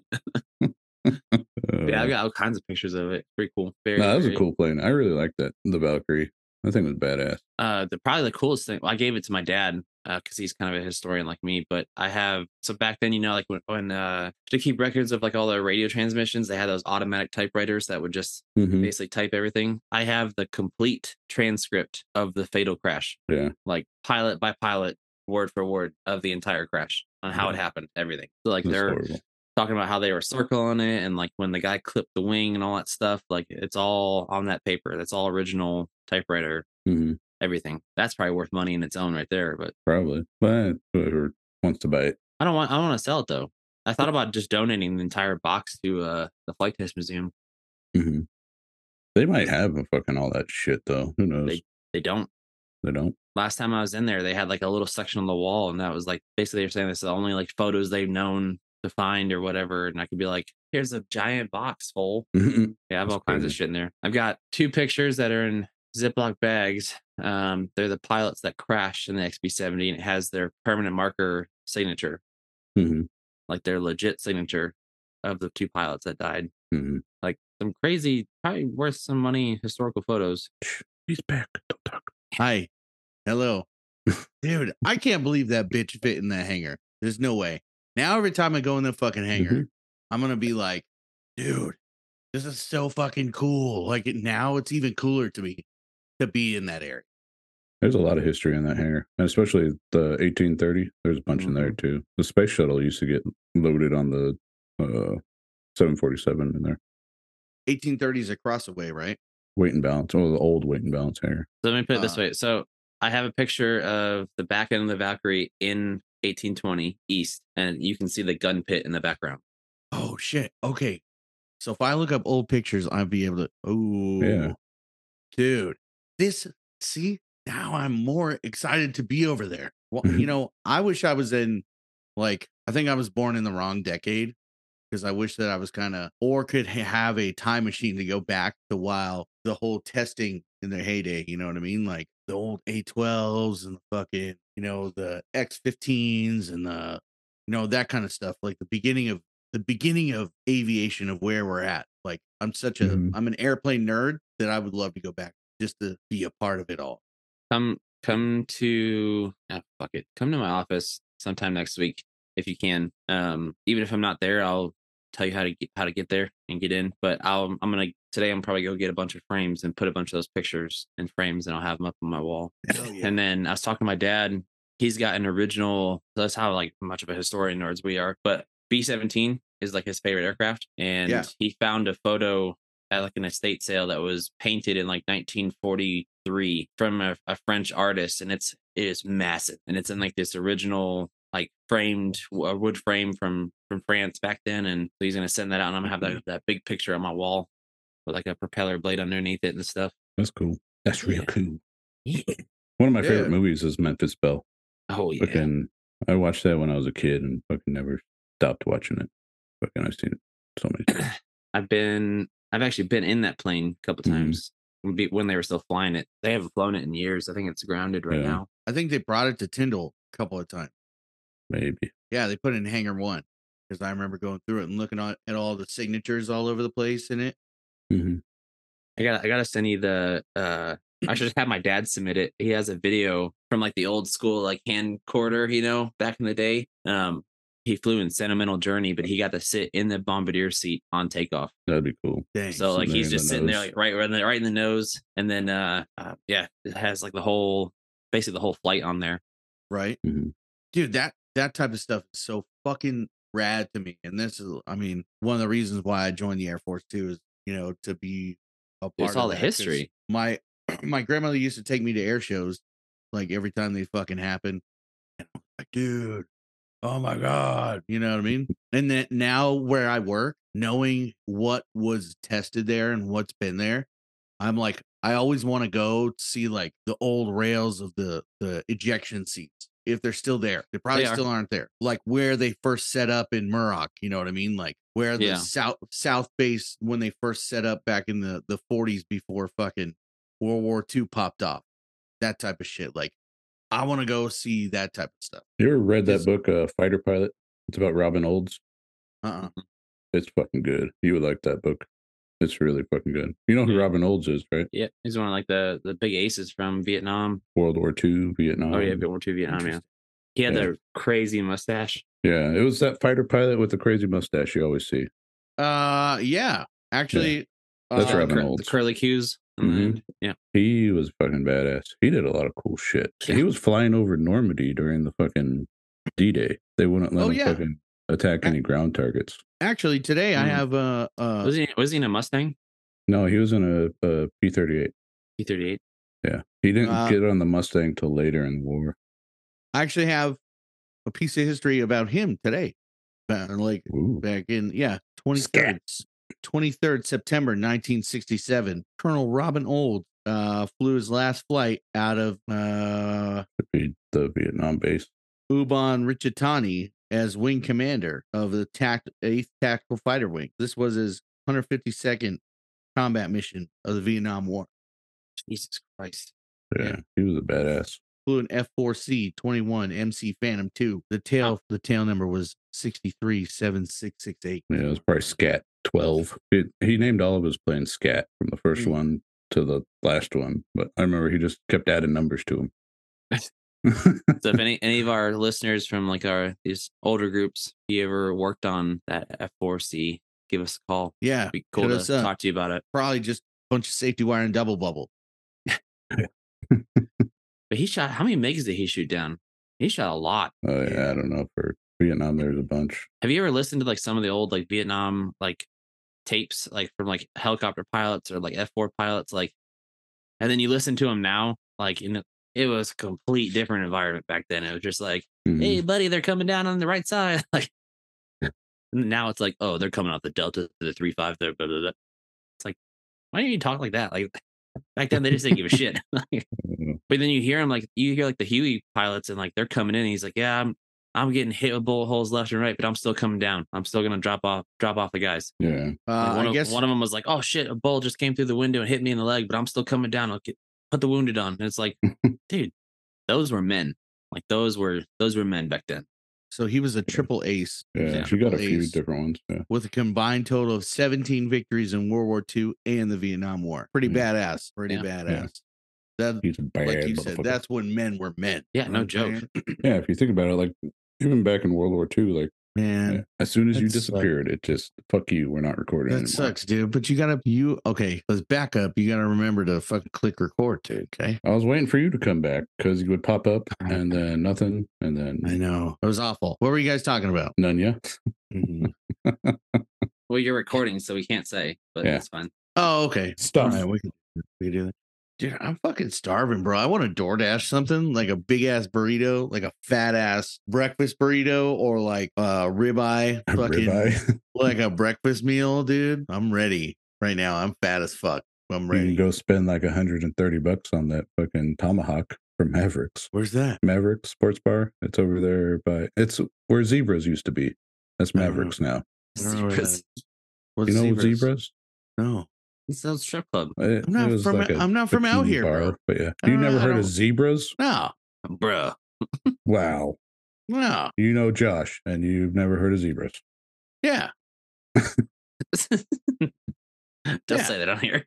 Speaker 2: Uh,
Speaker 3: I've got all kinds of pictures of it. Pretty cool. Very,
Speaker 2: no, that was a
Speaker 3: very-
Speaker 2: cool plane. I really liked that. The Valkyrie. That thing was badass.
Speaker 3: uh the probably the coolest thing well, i gave it to my dad because he's kind of a historian like me but i have so back then you know like when, when uh to keep records of like all the radio transmissions they had those automatic typewriters that would just
Speaker 2: Mhm.
Speaker 3: basically type everything i have the complete transcript of the fatal crash
Speaker 2: Yeah.
Speaker 3: like pilot by pilot word for word of the entire crash on how it
Speaker 2: Yeah.
Speaker 3: happened everything so like
Speaker 2: That's
Speaker 3: they're
Speaker 2: horrible.
Speaker 3: talking about how they were circling it and like when the guy clipped the wing and all that stuff like it's all on that paper that's all original typewriter
Speaker 2: Mhm.
Speaker 3: everything. That's probably worth money in its own right there. But
Speaker 2: probably. But whoever wants to buy it.
Speaker 3: I don't want I don't want to sell it though. I thought about just donating the entire box to uh the flight test museum.
Speaker 2: hmm They might have a fucking all that shit though. Who knows? They,
Speaker 3: They don't.
Speaker 2: they don't.
Speaker 3: Last time I was in there, they had like a little section on the wall, and that was like basically they're saying this is the only like photos they've known to find or whatever. And I could be like, here's a giant box full. Yeah, I have
Speaker 2: That's
Speaker 3: all kinds of
Speaker 2: crazy.
Speaker 3: shit in there. I've got two pictures that are in Ziploc bags. Um, they're the pilots that crashed in the XB70, and it has their permanent marker signature,
Speaker 2: hmm
Speaker 3: like their legit signature of the two pilots that died.
Speaker 2: hmm
Speaker 3: Like some crazy, probably worth some money historical photos.
Speaker 2: He's back. Don't talk.
Speaker 1: Hi. Hello. Dude, I can't believe that bitch fit in that hangar. There's no way. Now every time I go in the fucking hangar,
Speaker 2: Mhm.
Speaker 1: I'm gonna be like, dude, this is so fucking cool. Like it- now it's even cooler to me to be in that area.
Speaker 2: There's a lot of history in that hangar, and especially the 1830. There's a bunch in there too. The space shuttle used to get loaded on the uh, 747 in there.
Speaker 1: 1830s across the way, right?
Speaker 2: Weight and balance, or the old weight and balance hangar.
Speaker 3: So let me put it this
Speaker 1: Uh.
Speaker 3: way. So I have a picture of the back end of the Valkyrie in 1820 East, and you can see the gun pit in the background.
Speaker 1: Oh shit. Okay. So if I look up old pictures, I'll be able to oh dude. This see, now I'm more excited to be over there. Well, you
Speaker 2: Mhm.
Speaker 1: know, I wish I was in like I think I was born in the wrong decade because I wish that I was kind of or could ha- have a time machine to go back to while the whole testing in their heyday, you know what I mean? Like the old A12s and the fucking, you know, the X15s and the you know that kind of stuff like the beginning of the beginning of aviation of where we're at like i'm such a
Speaker 2: Mhm.
Speaker 1: am an airplane nerd that i would love to go back just to be a part of it all
Speaker 3: come come to ah, fuck it come to my office sometime next week if you can um even if i'm not there i'll tell you how to get how to get there and get in but i'll i'm gonna today i'm probably go get a bunch of frames and put a bunch of those pictures in frames and i'll have them up on my wall
Speaker 1: Hell yeah.
Speaker 3: and then i was talking to my dad he's got an original that's how like much of a historian nerds we are but b-17 is like his favorite aircraft and
Speaker 1: Yeah.
Speaker 3: he found a photo at like an estate sale that was painted in like 1943 from a, a French artist, and it's it is massive, and it's in like this original like framed a wood frame from from France back then, and he's gonna send that out, and I'm gonna have
Speaker 1: Mm-hmm.
Speaker 3: that that big picture on my wall with like a propeller blade underneath it and stuff.
Speaker 2: That's cool. That's real
Speaker 3: Yeah.
Speaker 2: cool.
Speaker 3: Yeah.
Speaker 2: One of my
Speaker 1: Yeah.
Speaker 2: favorite movies is Memphis Belle.
Speaker 3: Oh yeah,
Speaker 2: Fucking, I watched that when I was a kid and fucking never stopped watching it. Fucking, I've seen it so many times.
Speaker 3: I've been I've actually been in that plane a couple
Speaker 2: Mhm.
Speaker 3: times when be- when they were still flying it. They haven't flown it in years. I think it's grounded right
Speaker 2: Yeah.
Speaker 3: now.
Speaker 1: i think they brought it to tyndall a couple of times
Speaker 2: Maybe.
Speaker 1: yeah they put it in hangar one because i remember going through it and looking on, at all the signatures all over the place in it
Speaker 2: hmm
Speaker 3: I got I gotta send you the uh I should have my dad submit it. He has a video from like the old school like hand quarter, you know, back in the day. Um he flew in sentimental journey, but he got to sit in the bombardier seat on takeoff.
Speaker 2: That'd be cool.
Speaker 1: Dang.
Speaker 3: So like
Speaker 2: Sitting there
Speaker 3: he's
Speaker 2: in the
Speaker 3: just sitting there
Speaker 2: nose.
Speaker 3: like right right in the right in the nose. And then uh, uh yeah, it has like the whole basically the whole flight on there.
Speaker 1: right
Speaker 2: Mhm.
Speaker 1: dude that that type of stuff is so fucking rad to me and this is i mean one of the reasons why i joined the air force too is you know to be a part
Speaker 3: It's
Speaker 1: of
Speaker 3: all the
Speaker 1: that, 'cause
Speaker 3: history.
Speaker 1: my my grandmother used to take me to air shows like every time they fucking happened and i'm like dude oh my god you know what i mean and then now where i work knowing what was tested there and what's been there i'm like i always want to go see like the old rails of the the ejection seats if they're still there they probably
Speaker 3: are.
Speaker 1: still aren't there like where they first set up in murrock you know what i mean like where the
Speaker 3: Yeah.
Speaker 1: south south base when they first set up back in the the 40s before fucking world war ii popped off that type of shit like i want to go see that type of stuff
Speaker 2: You ever read that
Speaker 1: Is-
Speaker 2: book, uh, Fighter Pilot? It's about Robin Olds.
Speaker 1: uh-uh
Speaker 2: It's fucking good. You would like that book. It's really fucking good. You know who Robin Olds is, right?
Speaker 3: Yeah, he's one of like the the big aces from Vietnam.
Speaker 2: World War II, Vietnam.
Speaker 3: oh yeah, World War II Vietnam. Yeah,
Speaker 1: Mm. Interesting.
Speaker 3: he had
Speaker 2: Yeah.
Speaker 3: the crazy mustache.
Speaker 2: Yeah, it was that fighter pilot with the crazy mustache you always see.
Speaker 1: Uh, yeah, actually,
Speaker 2: That's
Speaker 1: uh,
Speaker 3: the,
Speaker 2: Robin
Speaker 3: cur- the
Speaker 2: Olds.
Speaker 3: curly cues. and
Speaker 2: Mhm.
Speaker 1: Mm-hmm.
Speaker 3: the- yeah,
Speaker 2: He was fucking badass. He did a lot of cool shit.
Speaker 3: Yeah.
Speaker 2: He was flying over Normandy during the fucking D Day. They wouldn't let
Speaker 1: Oh,
Speaker 2: him
Speaker 1: yeah.
Speaker 2: fucking attack
Speaker 1: A-
Speaker 2: any ground targets.
Speaker 1: Actually, today I
Speaker 3: Mm.
Speaker 1: have uh, uh
Speaker 3: was he was he in a Mustang?
Speaker 2: No, he was in a, a P 38.
Speaker 3: P thirty eight.
Speaker 2: Yeah. He didn't
Speaker 1: Uh,
Speaker 2: get on the Mustang till later in the war.
Speaker 1: I actually have a piece of history about him today. Back- Like
Speaker 2: Ooh.
Speaker 1: back in yeah 23rd, 23rd september 1967 colonel robin old uh flew his last flight out of uh
Speaker 2: Could be the Vietnam base.
Speaker 1: uban richitani as wing commander of the tact 8th tactical fighter wing this was his 152nd combat mission of the vietnam war
Speaker 3: Jesus Christ.
Speaker 2: Yeah.
Speaker 1: Yeah.
Speaker 2: He was a badass.
Speaker 1: flew an f4c 21 mc phantom 2 the tail the tail number was 637668
Speaker 2: Yeah, it was probably Scat 12. It, he named all of his planes Scat from the first
Speaker 1: Mm.
Speaker 2: one to the last one. But I remember he just kept adding numbers to Oh, them.
Speaker 3: So if any any of our listeners from like our these older groups, if you ever worked on that F4C, give us a call.
Speaker 1: yeah
Speaker 3: It'd be cool
Speaker 1: Hit
Speaker 3: to
Speaker 1: us up.
Speaker 3: talk to you about it.
Speaker 1: probably just a bunch of safety wire and double bubble
Speaker 3: But he shot how many megs did he shoot down? He shot a lot.
Speaker 2: Oh, yeah, I don't know. For Vietnam, there's a bunch.
Speaker 3: Have you ever listened to like some of the old like Vietnam like tapes like from like helicopter pilots or like F4 pilots like and then you listen to them now like in the, it was a complete different environment back then. It was just like,
Speaker 2: Mhm.
Speaker 3: "Hey buddy, they're coming down on the right side." Like now it's like, "Oh, they're coming off the delta to the 35 there." Blah, blah, blah. It's like why do you talk like that? Like back then they just didn't give a shit. Like,
Speaker 2: Uh,
Speaker 3: but then you hear him like you hear like the Huey pilots and like they're coming in. And he's like, yeah, I'm I'm getting hit with bullet holes left and right, but I'm still coming down. I'm still gonna drop off drop off the guys.
Speaker 2: yeah.
Speaker 1: uh,
Speaker 3: And
Speaker 1: i
Speaker 3: one, of,
Speaker 1: guess
Speaker 3: one of them was like, oh shit, a bullet just came through the window and hit me in the leg, but I'm still coming down. I'll get put the wounded on. And it's like, dude, those were men. Like those were those were men back then.
Speaker 1: So he was a triple ace
Speaker 2: Yeah.
Speaker 3: Yeah.
Speaker 2: She got a few
Speaker 1: Please.
Speaker 2: different ones. Yeah.
Speaker 1: with a combined total of 17 victories in World War II and the Vietnam War. Pretty
Speaker 2: Yeah.
Speaker 1: badass. Pretty
Speaker 3: Yeah.
Speaker 1: badass. That,
Speaker 2: He's a bad
Speaker 1: like you said,
Speaker 2: motherfucker.
Speaker 1: that's when men were men.
Speaker 3: Yeah, no
Speaker 1: I'm
Speaker 3: joke.
Speaker 1: saying?
Speaker 2: yeah, if you think about it, like even back in World War II, like
Speaker 1: Man,
Speaker 2: yeah, as soon as you
Speaker 1: That sucked.
Speaker 2: disappeared, it just fuck you. We're not recording.
Speaker 1: that
Speaker 2: anymore.
Speaker 1: sucks, dude. But you gotta, you, okay, let's back up. You gotta remember to fucking click record, dude. Okay.
Speaker 2: I was waiting for you to come back because you would pop up and then nothing and
Speaker 1: I
Speaker 2: then
Speaker 1: know. Mm-hmm. It was awful. What were you guys talking about?
Speaker 2: none. Yeah,
Speaker 3: Well, you're recording, so we can't say, but
Speaker 2: Yeah.
Speaker 3: that's fine.
Speaker 1: Oh, okay. All
Speaker 2: stuff.
Speaker 1: right, we can, we can do that. Dude, I'm fucking starving, bro. I want to DoorDash something like a big ass burrito, like a fat ass breakfast burrito, or like a ribeye, fucking
Speaker 2: Ribeye.
Speaker 1: like a breakfast meal, dude. I'm ready right now. I'm fat as fuck. I'm
Speaker 2: You can
Speaker 1: ready.
Speaker 2: go spend like 130 bucks on that fucking tomahawk from Mavericks.
Speaker 1: Where's that?
Speaker 2: Maverick Sports Bar. It's over there by it's where zebras used to be. That's
Speaker 1: I don't know.
Speaker 2: Mavericks now.
Speaker 1: I don't know where
Speaker 3: Zebras.
Speaker 1: Uh-huh. What's
Speaker 2: You know
Speaker 1: zebras?
Speaker 2: zebras?
Speaker 1: No,
Speaker 3: It's a strip club,
Speaker 2: It-
Speaker 1: I'm not
Speaker 2: it was
Speaker 1: from-
Speaker 2: a
Speaker 1: I'm not from out
Speaker 2: bikini
Speaker 1: here, bro.
Speaker 2: But yeah,
Speaker 1: I
Speaker 2: you
Speaker 1: don't-
Speaker 2: never
Speaker 1: I
Speaker 2: heard
Speaker 1: don't-
Speaker 2: of zebras?
Speaker 1: no,
Speaker 3: bruh.
Speaker 2: Wow.
Speaker 1: no.
Speaker 2: You know Josh, and you've never heard of zebras.
Speaker 1: Yeah,
Speaker 3: Don't
Speaker 1: Yeah.
Speaker 3: say that on here.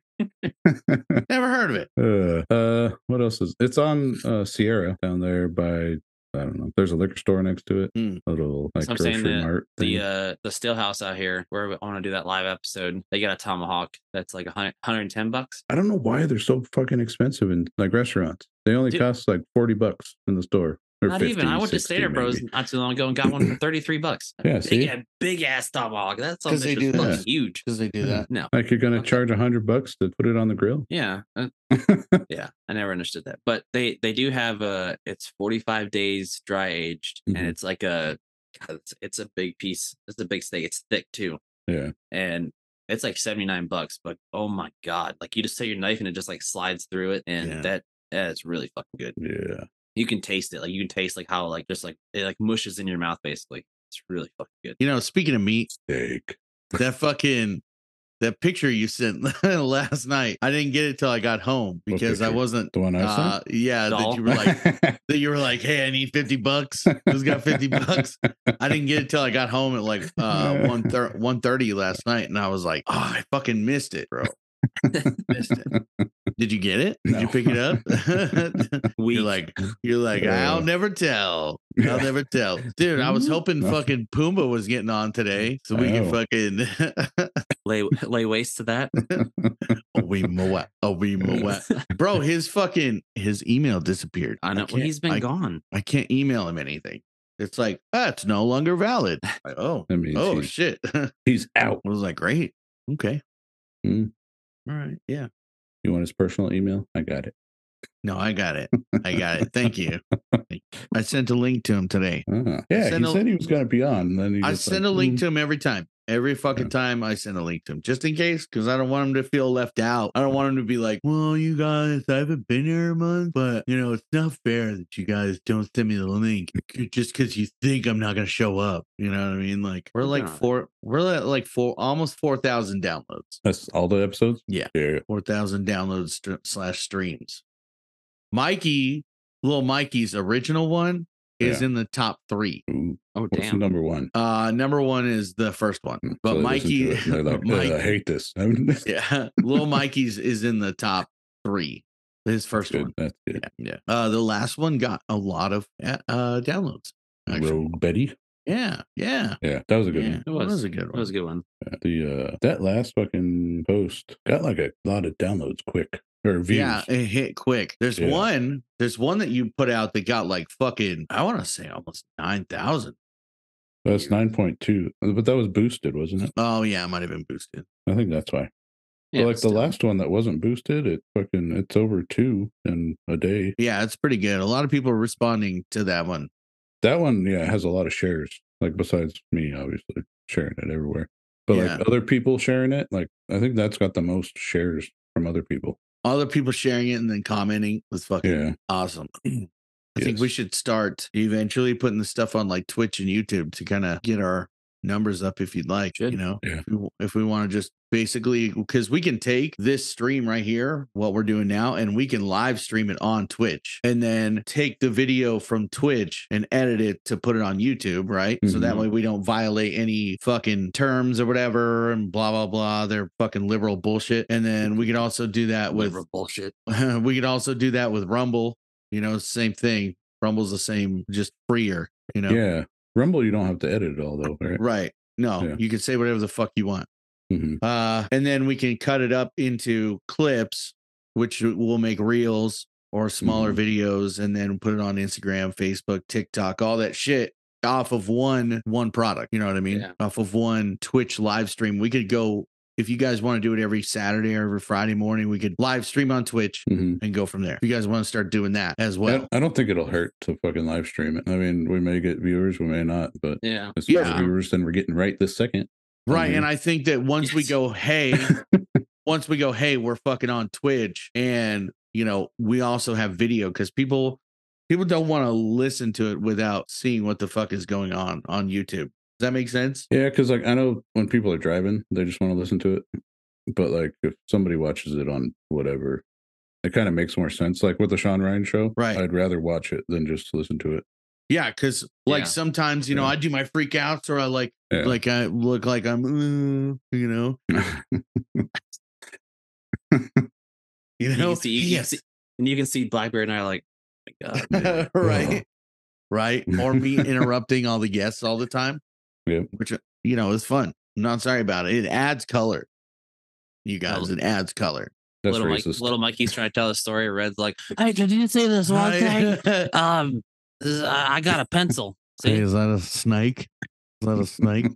Speaker 1: never heard of it.
Speaker 2: Uh, uh, what else is? It's on uh, Sierra down there by I don't know. There's a liquor store next to it.
Speaker 1: Mm.
Speaker 2: Little like
Speaker 3: So I'm saying
Speaker 2: grocery
Speaker 3: that
Speaker 2: mart.
Speaker 3: the
Speaker 2: thing.
Speaker 3: uh the Steelhouse out here where I want to do that live episode. They got a tomahawk that's like a hundred hundred and ten bucks.
Speaker 2: I don't know why they're so fucking expensive in like restaurants. They only
Speaker 3: Dude.
Speaker 2: cost like forty bucks in the store. or
Speaker 3: Not even.
Speaker 2: 50,
Speaker 3: I went to
Speaker 2: 60
Speaker 3: Stater Bros
Speaker 2: maybe.
Speaker 3: not too long ago and got one for thirty three bucks.
Speaker 2: Yeah, see?
Speaker 3: Big a big ass tomahawk. That's
Speaker 1: 'Cause they do
Speaker 3: something fucking
Speaker 1: that.
Speaker 3: huge.
Speaker 1: Because they do that.
Speaker 3: No.
Speaker 2: Like you're gonna
Speaker 3: Okay.
Speaker 2: charge a hundred bucks to put it on the grill.
Speaker 3: Yeah. uh, yeah. I never understood that. But they they do have a it's forty five days dry aged and
Speaker 1: Mm-hmm.
Speaker 2: Mhm.
Speaker 3: it's like a God, it's, it's a big piece. It's a big steak. It's thick too.
Speaker 2: yeah,
Speaker 3: and it's like 79 bucks but oh my god like you just take your knife and it just like slides through it and
Speaker 1: Yeah.
Speaker 3: that that's really fucking good
Speaker 2: yeah.
Speaker 3: you can taste it like you can taste like how like just like it like mushes in your mouth basically it's really fucking good
Speaker 1: You know, speaking of meat,
Speaker 2: Steak.
Speaker 1: that fucking that picture you sent last night. I didn't get it till I got home
Speaker 2: What
Speaker 1: because I
Speaker 2: picture?
Speaker 1: wasn't.
Speaker 2: The one I saw.
Speaker 1: Uh, yeah, that
Speaker 3: Doll?
Speaker 1: you were like that. You were like, "Hey, I need fifty bucks. Who's got fifty bucks?" I didn't get it till I got home at like uh, one thir- one thirty last night, and I was like, "Oh, I fucking missed it, bro. missed it." Did you get it? Did you
Speaker 2: No.
Speaker 1: pick it up?
Speaker 3: we
Speaker 1: you're like, you're like, I'll
Speaker 2: Yeah.
Speaker 1: never tell. I'll never tell, dude. I was hoping
Speaker 2: No.
Speaker 1: fucking Pumbaa was getting on today, so we
Speaker 2: Oh.
Speaker 1: can fucking
Speaker 3: lay lay waste to that
Speaker 1: Oh, we moa. Oh, we moa. Bro, his fucking his email disappeared.
Speaker 3: i know well,
Speaker 1: can't-
Speaker 3: he's been
Speaker 1: I-
Speaker 3: gone
Speaker 1: I can't email him anything. It's like that's no longer valid. Like, oh,
Speaker 2: That means
Speaker 1: oh
Speaker 2: he's,
Speaker 1: shit. I
Speaker 2: he's out.
Speaker 1: was like, great, okay,
Speaker 2: Mm.
Speaker 3: Hmm.
Speaker 1: all right, yeah.
Speaker 2: You want his personal email? I got it.
Speaker 1: No, I got it. I got it. Thank you. I sent a link to him today.
Speaker 2: Ah, yeah,
Speaker 1: Send
Speaker 2: he
Speaker 1: a-
Speaker 2: said he was going to be on. And then he
Speaker 1: I
Speaker 2: just
Speaker 1: send
Speaker 2: like,
Speaker 1: a link
Speaker 2: mm.
Speaker 1: to him every time. Every fucking time I send a link to him, just in case, because I don't want him to feel left out. I don't want him to be like, "Well, you guys, I haven't been here a month, but you know, it's not fair that you guys don't send me the link just because you think I'm not gonna show up." You know what I mean? Like we're like
Speaker 3: Nah.
Speaker 1: four, we're at like four, almost four thousand downloads,
Speaker 2: That's all the episodes.
Speaker 1: Yeah.
Speaker 2: yeah.
Speaker 1: four thousand downloads st- slash streams. Mikey, little Mikey's original one is
Speaker 2: Yeah.
Speaker 1: in the top three.
Speaker 2: Ooh,
Speaker 3: Oh
Speaker 2: what's
Speaker 3: damn.
Speaker 2: number one? Hmm,
Speaker 1: Uh, number one is the first one,
Speaker 2: So
Speaker 1: but
Speaker 2: they listen to
Speaker 1: Mikey,
Speaker 2: it and they're like, "Ugh,
Speaker 1: Mike-
Speaker 2: I hate this. That's
Speaker 1: yeah, little Mikey's is in the top three. His first
Speaker 2: good.
Speaker 1: one,
Speaker 2: That's good.
Speaker 1: yeah, yeah. Uh, the last one got a lot of uh, uh, downloads. Actually.
Speaker 2: Rogue Betty.
Speaker 1: Yeah, yeah,
Speaker 2: Yeah, that was a good
Speaker 1: yeah.
Speaker 2: one.
Speaker 1: It was, a good
Speaker 3: That
Speaker 1: one.
Speaker 3: was a good one.
Speaker 2: Yeah, The uh, that last fucking post got like a lot of downloads quick or views.
Speaker 1: Yeah, it hit quick. There's
Speaker 2: Yeah.
Speaker 1: one. There's one that you put out that got like fucking. I want to say almost nine thousand.
Speaker 2: That's nine point two, but that was boosted, wasn't it?
Speaker 1: Oh yeah, it might have been boosted.
Speaker 2: I think that's why.
Speaker 3: Yeah,
Speaker 2: but like
Speaker 3: but
Speaker 2: the
Speaker 3: still.
Speaker 2: last one that wasn't boosted, it fucking it's over two in a day.
Speaker 1: Yeah, it's pretty good. A lot of people are responding to that one.
Speaker 2: That one, yeah, has a lot of shares. Like besides me, obviously sharing it everywhere, but
Speaker 1: Yeah.
Speaker 2: like other people sharing it, like I think that's got the most shares from other people.
Speaker 1: Other people sharing it and then commenting was fucking
Speaker 2: Yeah,
Speaker 1: Awesome. I think we
Speaker 2: Yes.
Speaker 1: should start eventually putting the stuff on like Twitch and YouTube to kind of get our numbers up if you'd like,
Speaker 3: Should.
Speaker 1: you know,
Speaker 2: Yeah.
Speaker 1: if we, want to just basically because we can take this stream right here, what we're doing now, and we can live stream it on Twitch and then take the video from Twitch and edit it to put it on YouTube, right? So that
Speaker 2: Mhm.
Speaker 1: way we don't violate any fucking terms or whatever and blah, blah, blah. They're fucking liberal bullshit. And then we could also do that with
Speaker 3: Liberal bullshit.
Speaker 1: we could also do that with Rumble. You know, same thing. Rumble's the same, just freer. You know,
Speaker 2: yeah. Rumble, you don't have to edit it all though, right?
Speaker 1: right? No,
Speaker 2: Yeah.
Speaker 1: you can say whatever the fuck you want.
Speaker 2: hmm
Speaker 1: Uh, and then we can cut it up into clips, which will make reels or smaller
Speaker 2: Mhm.
Speaker 1: videos, and then put it on Instagram, Facebook, TikTok, all that shit off of one one product. You know what I mean?
Speaker 3: Yeah.
Speaker 1: Off of one Twitch live stream, we could go. If you guys want to do it every Saturday or every Friday morning, we could live stream on Twitch
Speaker 2: hmm
Speaker 1: and go from there. If you guys want to start doing that as
Speaker 2: I,
Speaker 1: well,
Speaker 2: don't- I don't think it'll hurt to fucking live stream it. I mean, we may get viewers, we may not, but
Speaker 3: Yeah.
Speaker 2: it's
Speaker 1: Yeah.
Speaker 2: more viewers than we're getting right this second.
Speaker 1: right?
Speaker 2: Mhm.
Speaker 1: And I think that once we
Speaker 3: Yes.
Speaker 1: go, hey, once we go, hey, we're fucking on Twitch, and you know, we also have video because people people don't want to listen to it without seeing what the fuck is going on on YouTube. Does that make sense?
Speaker 2: Yeah, because like I know when people are driving, they just want to listen to it. But like if somebody watches it on whatever, it kind of makes more sense. Like with the Sean Ryan show,
Speaker 1: Right.
Speaker 2: I'd rather watch it than just listen to it.
Speaker 1: Yeah, because like
Speaker 3: Yeah.
Speaker 1: sometimes you know
Speaker 2: Yeah.
Speaker 1: I do my freak outs or I like
Speaker 2: Yeah.
Speaker 1: like I look like I'm uh, you know you
Speaker 3: You
Speaker 1: know
Speaker 3: can see, you can
Speaker 1: yes
Speaker 3: see, and you can see Blackbeard and I are like, oh my God.
Speaker 2: Yeah.
Speaker 1: right right or me interrupting all the guests all the time
Speaker 2: Yep.
Speaker 1: which uh, you know is fun i'm not sorry about it it adds color you guys
Speaker 3: Totally.
Speaker 1: it adds color
Speaker 2: That's
Speaker 3: little Mike,
Speaker 2: racist.
Speaker 3: little Mikey's trying to tell a story. Red's like, "Hey, did you see this one thing? Um, z- I I got a pencil. See,
Speaker 1: is that a snake is that a snake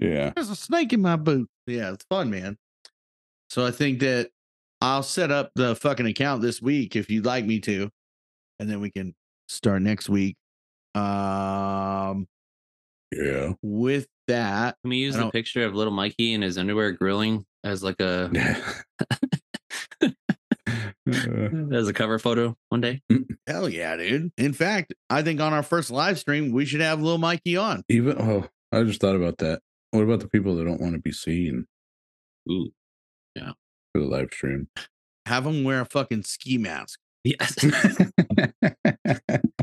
Speaker 2: yeah.
Speaker 1: there's a snake in my boot yeah it's fun man so i think that i'll set up the fucking account this week if you'd like me to and then we can start next week um
Speaker 2: Yeah.
Speaker 1: with that
Speaker 3: can we use
Speaker 1: I
Speaker 3: the
Speaker 1: don't-
Speaker 3: picture of little Mikey in his underwear grilling as like a
Speaker 2: Uh,
Speaker 3: as a cover photo one day?
Speaker 1: Hell yeah, dude. In fact, I think on our first live stream, we should have Lil Mikey on.
Speaker 2: even oh, I just thought about that. What about the people that don't want to be seen
Speaker 3: Ooh,
Speaker 2: for the live stream?
Speaker 1: Have him wear a fucking ski mask.
Speaker 3: yes,
Speaker 2: I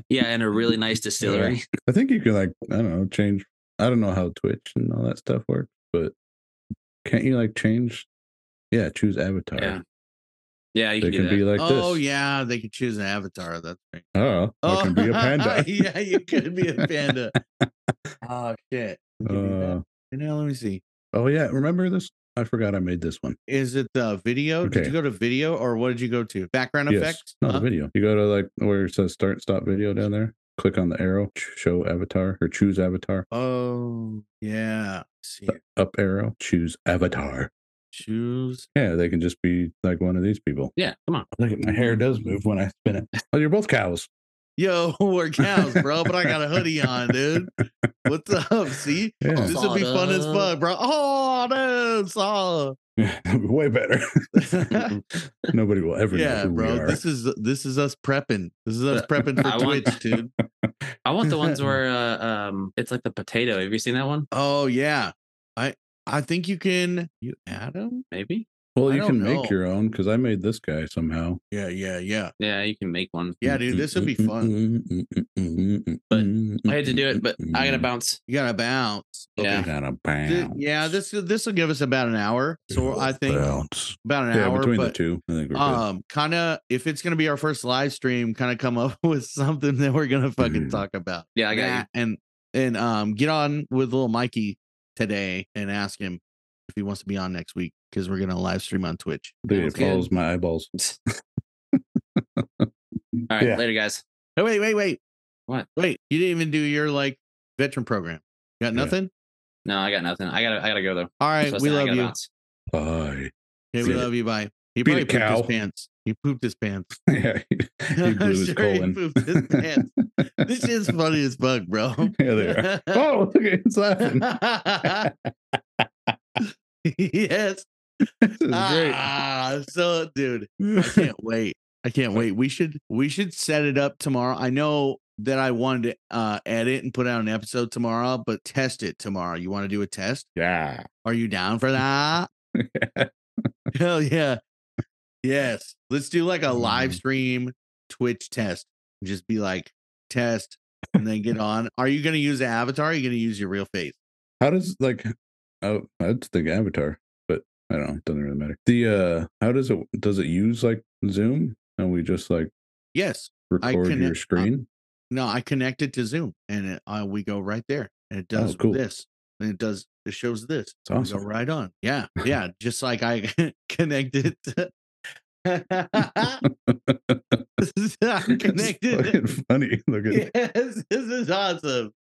Speaker 3: yeah, and a really nice distillery.
Speaker 2: think you can like I don't know change. I don't know how Twitch and all that stuff works, but can't you like change? Yeah, choose avatar.
Speaker 3: Yeah, yeah, you
Speaker 2: they
Speaker 3: can,
Speaker 2: can
Speaker 3: do
Speaker 2: be
Speaker 3: that.
Speaker 2: like
Speaker 1: oh
Speaker 2: this.
Speaker 1: yeah, they could choose an avatar. That's right. Oh,
Speaker 2: Oh, I can be a panda.
Speaker 1: yeah, you could be a panda. oh shit. We could do that.
Speaker 2: Uh,
Speaker 1: And now let me see.
Speaker 2: oh yeah, remember this? I forgot I made this one.
Speaker 1: Is it the video? Did
Speaker 2: Okay.
Speaker 1: you go to video or what did you go to? Background effects?
Speaker 2: No,
Speaker 1: Huh?
Speaker 2: the video. You go to like where it says start stop video down there. Click on the arrow, ch- show avatar or choose avatar.
Speaker 1: Oh yeah. See.
Speaker 2: Up arrow, choose avatar.
Speaker 1: Shoes.
Speaker 2: Yeah, they can just be like one of these people.
Speaker 3: Yeah, come on.
Speaker 2: Look at my hair
Speaker 1: Mm-hmm.
Speaker 2: does move when I spin it. Oh, you're both cows.
Speaker 1: Yo, we're cows, bro, but I got a hoodie on, dude. What's up? See,
Speaker 2: Yeah.
Speaker 1: this would be fun as fuck, bro. Oh, dude, saw.
Speaker 2: Oh, Way better. Nobody will ever
Speaker 1: yeah,
Speaker 2: know who we
Speaker 1: bro.
Speaker 2: are.
Speaker 1: This is this is us prepping. This is us prepping
Speaker 3: I
Speaker 1: for
Speaker 3: want-
Speaker 1: Twitch, dude.
Speaker 3: I want the ones where uh, um, it's like the potato. Have you seen that one?
Speaker 1: Oh yeah, I I think you can. You add 'em?
Speaker 3: Maybe.
Speaker 2: well,
Speaker 1: I
Speaker 2: you can
Speaker 1: don't know.
Speaker 2: make your own because I made this guy somehow.
Speaker 1: Yeah, yeah, yeah,
Speaker 3: Yeah, you can make one.
Speaker 1: yeah, dude. This would be fun.
Speaker 2: fun.
Speaker 3: But I had to do it, but I
Speaker 2: Mm-hmm.
Speaker 3: gotta bounce.
Speaker 1: You gotta bounce.
Speaker 3: Yeah.
Speaker 2: Gotta
Speaker 1: Th-
Speaker 2: bounce.
Speaker 1: yeah, this this will give us about an hour. So I think
Speaker 2: Bounce.
Speaker 1: about an
Speaker 2: yeah,
Speaker 1: hour.
Speaker 2: between the
Speaker 1: but
Speaker 2: two, I think we're good.
Speaker 1: um, kind of if it's gonna be our first live stream, kind of come up with something that we're gonna fucking
Speaker 2: Mhm.
Speaker 1: talk about.
Speaker 3: Mm-hmm. Yeah, I got you.
Speaker 1: That And and um, get on with little Mikey today and ask him if he wants to be on next week because we're gonna live stream on Twitch.
Speaker 2: Dude,
Speaker 3: sounds
Speaker 2: it follows my eyeballs.
Speaker 3: All right,
Speaker 2: Yeah.
Speaker 3: later, guys.
Speaker 1: Oh wait, wait, wait.
Speaker 3: What?
Speaker 1: Wait, you didn't even do your like veteran program. Got
Speaker 2: Yeah.
Speaker 1: nothing.
Speaker 3: No, I got nothing. I gotta, I gotta go though.
Speaker 1: All right,
Speaker 3: That's what I
Speaker 1: we
Speaker 3: said, I
Speaker 1: love
Speaker 3: gotta
Speaker 1: you.
Speaker 3: bounce.
Speaker 2: Bye.
Speaker 1: Hey, we
Speaker 2: Beat it.
Speaker 1: love you. Bye. He
Speaker 2: Beat
Speaker 1: probably
Speaker 2: it,
Speaker 1: pooped his
Speaker 2: cow.
Speaker 1: pants. He pooped his pants.
Speaker 2: yeah, he, he blew his
Speaker 1: Sure,
Speaker 2: colon.
Speaker 1: pooped his pants. this shit's funny as fuck, bro.
Speaker 2: Yeah, they are. Oh, look, it's laughing.
Speaker 1: yes.
Speaker 2: This is
Speaker 1: Ah, so dude, I
Speaker 2: great.
Speaker 1: can't wait. I can't wait. We should we should set it up tomorrow. I know that I wanted to uh, edit and put out an episode tomorrow, but test it tomorrow. You want to do a test?
Speaker 2: yeah.
Speaker 1: Are you down for that? Hell yeah. Yes. Let's do like a live
Speaker 2: Mhm.
Speaker 1: stream Twitch test. Just be like, test and then get on. Are you going to use an avatar? Or are you going to use your real face?
Speaker 2: How does like? Oh, that's the avatar, but I don't know. It doesn't really matter. The uh, how does it? Does it use like Zoom? And we just like
Speaker 1: Yes. I
Speaker 2: record
Speaker 1: connect-
Speaker 2: your screen?
Speaker 1: No, I connect it to Zoom and it, uh, we go right there. And it
Speaker 2: Oh,
Speaker 1: does
Speaker 2: cool.
Speaker 1: this. And it does, it shows this.
Speaker 2: It's awesome.
Speaker 1: We go right on. Yeah. Yeah. just like I connected. to- I
Speaker 2: It's
Speaker 1: connected.
Speaker 2: fucking funny. Look at
Speaker 1: yes, this is awesome.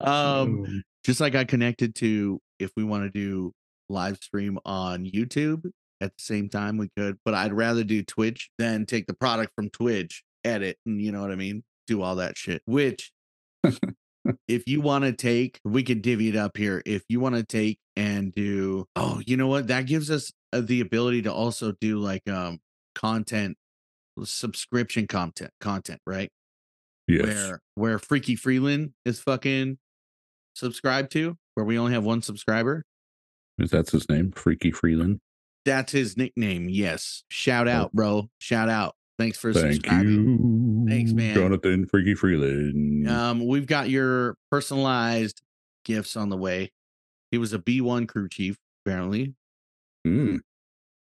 Speaker 1: Um,
Speaker 2: um,
Speaker 1: just like I connected to if we want to do live stream on YouTube at the same time, we could, but I'd rather do Twitch than take the product from Twitch, edit, and you know what I mean? Do all that shit. Which, if you want to take, we could divvy it up here. If you want to take and do, oh, you know what? That gives us uh, the ability to also do like um content subscription content content right
Speaker 2: yes.
Speaker 1: where where Freaky Freeland is fucking subscribed to, where we only have one subscriber.
Speaker 2: Is that's his name? Freaky Freeland.
Speaker 1: That's his nickname. Yes. Shout out, bro. Shout out. Thanks for
Speaker 2: Thank
Speaker 1: subscribing.
Speaker 2: you.
Speaker 1: Thanks, man.
Speaker 2: Jonathan Freaky Freeland.
Speaker 1: Um, we've got your personalized gifts on the way. He was a B1 crew chief, apparently.
Speaker 2: Mm,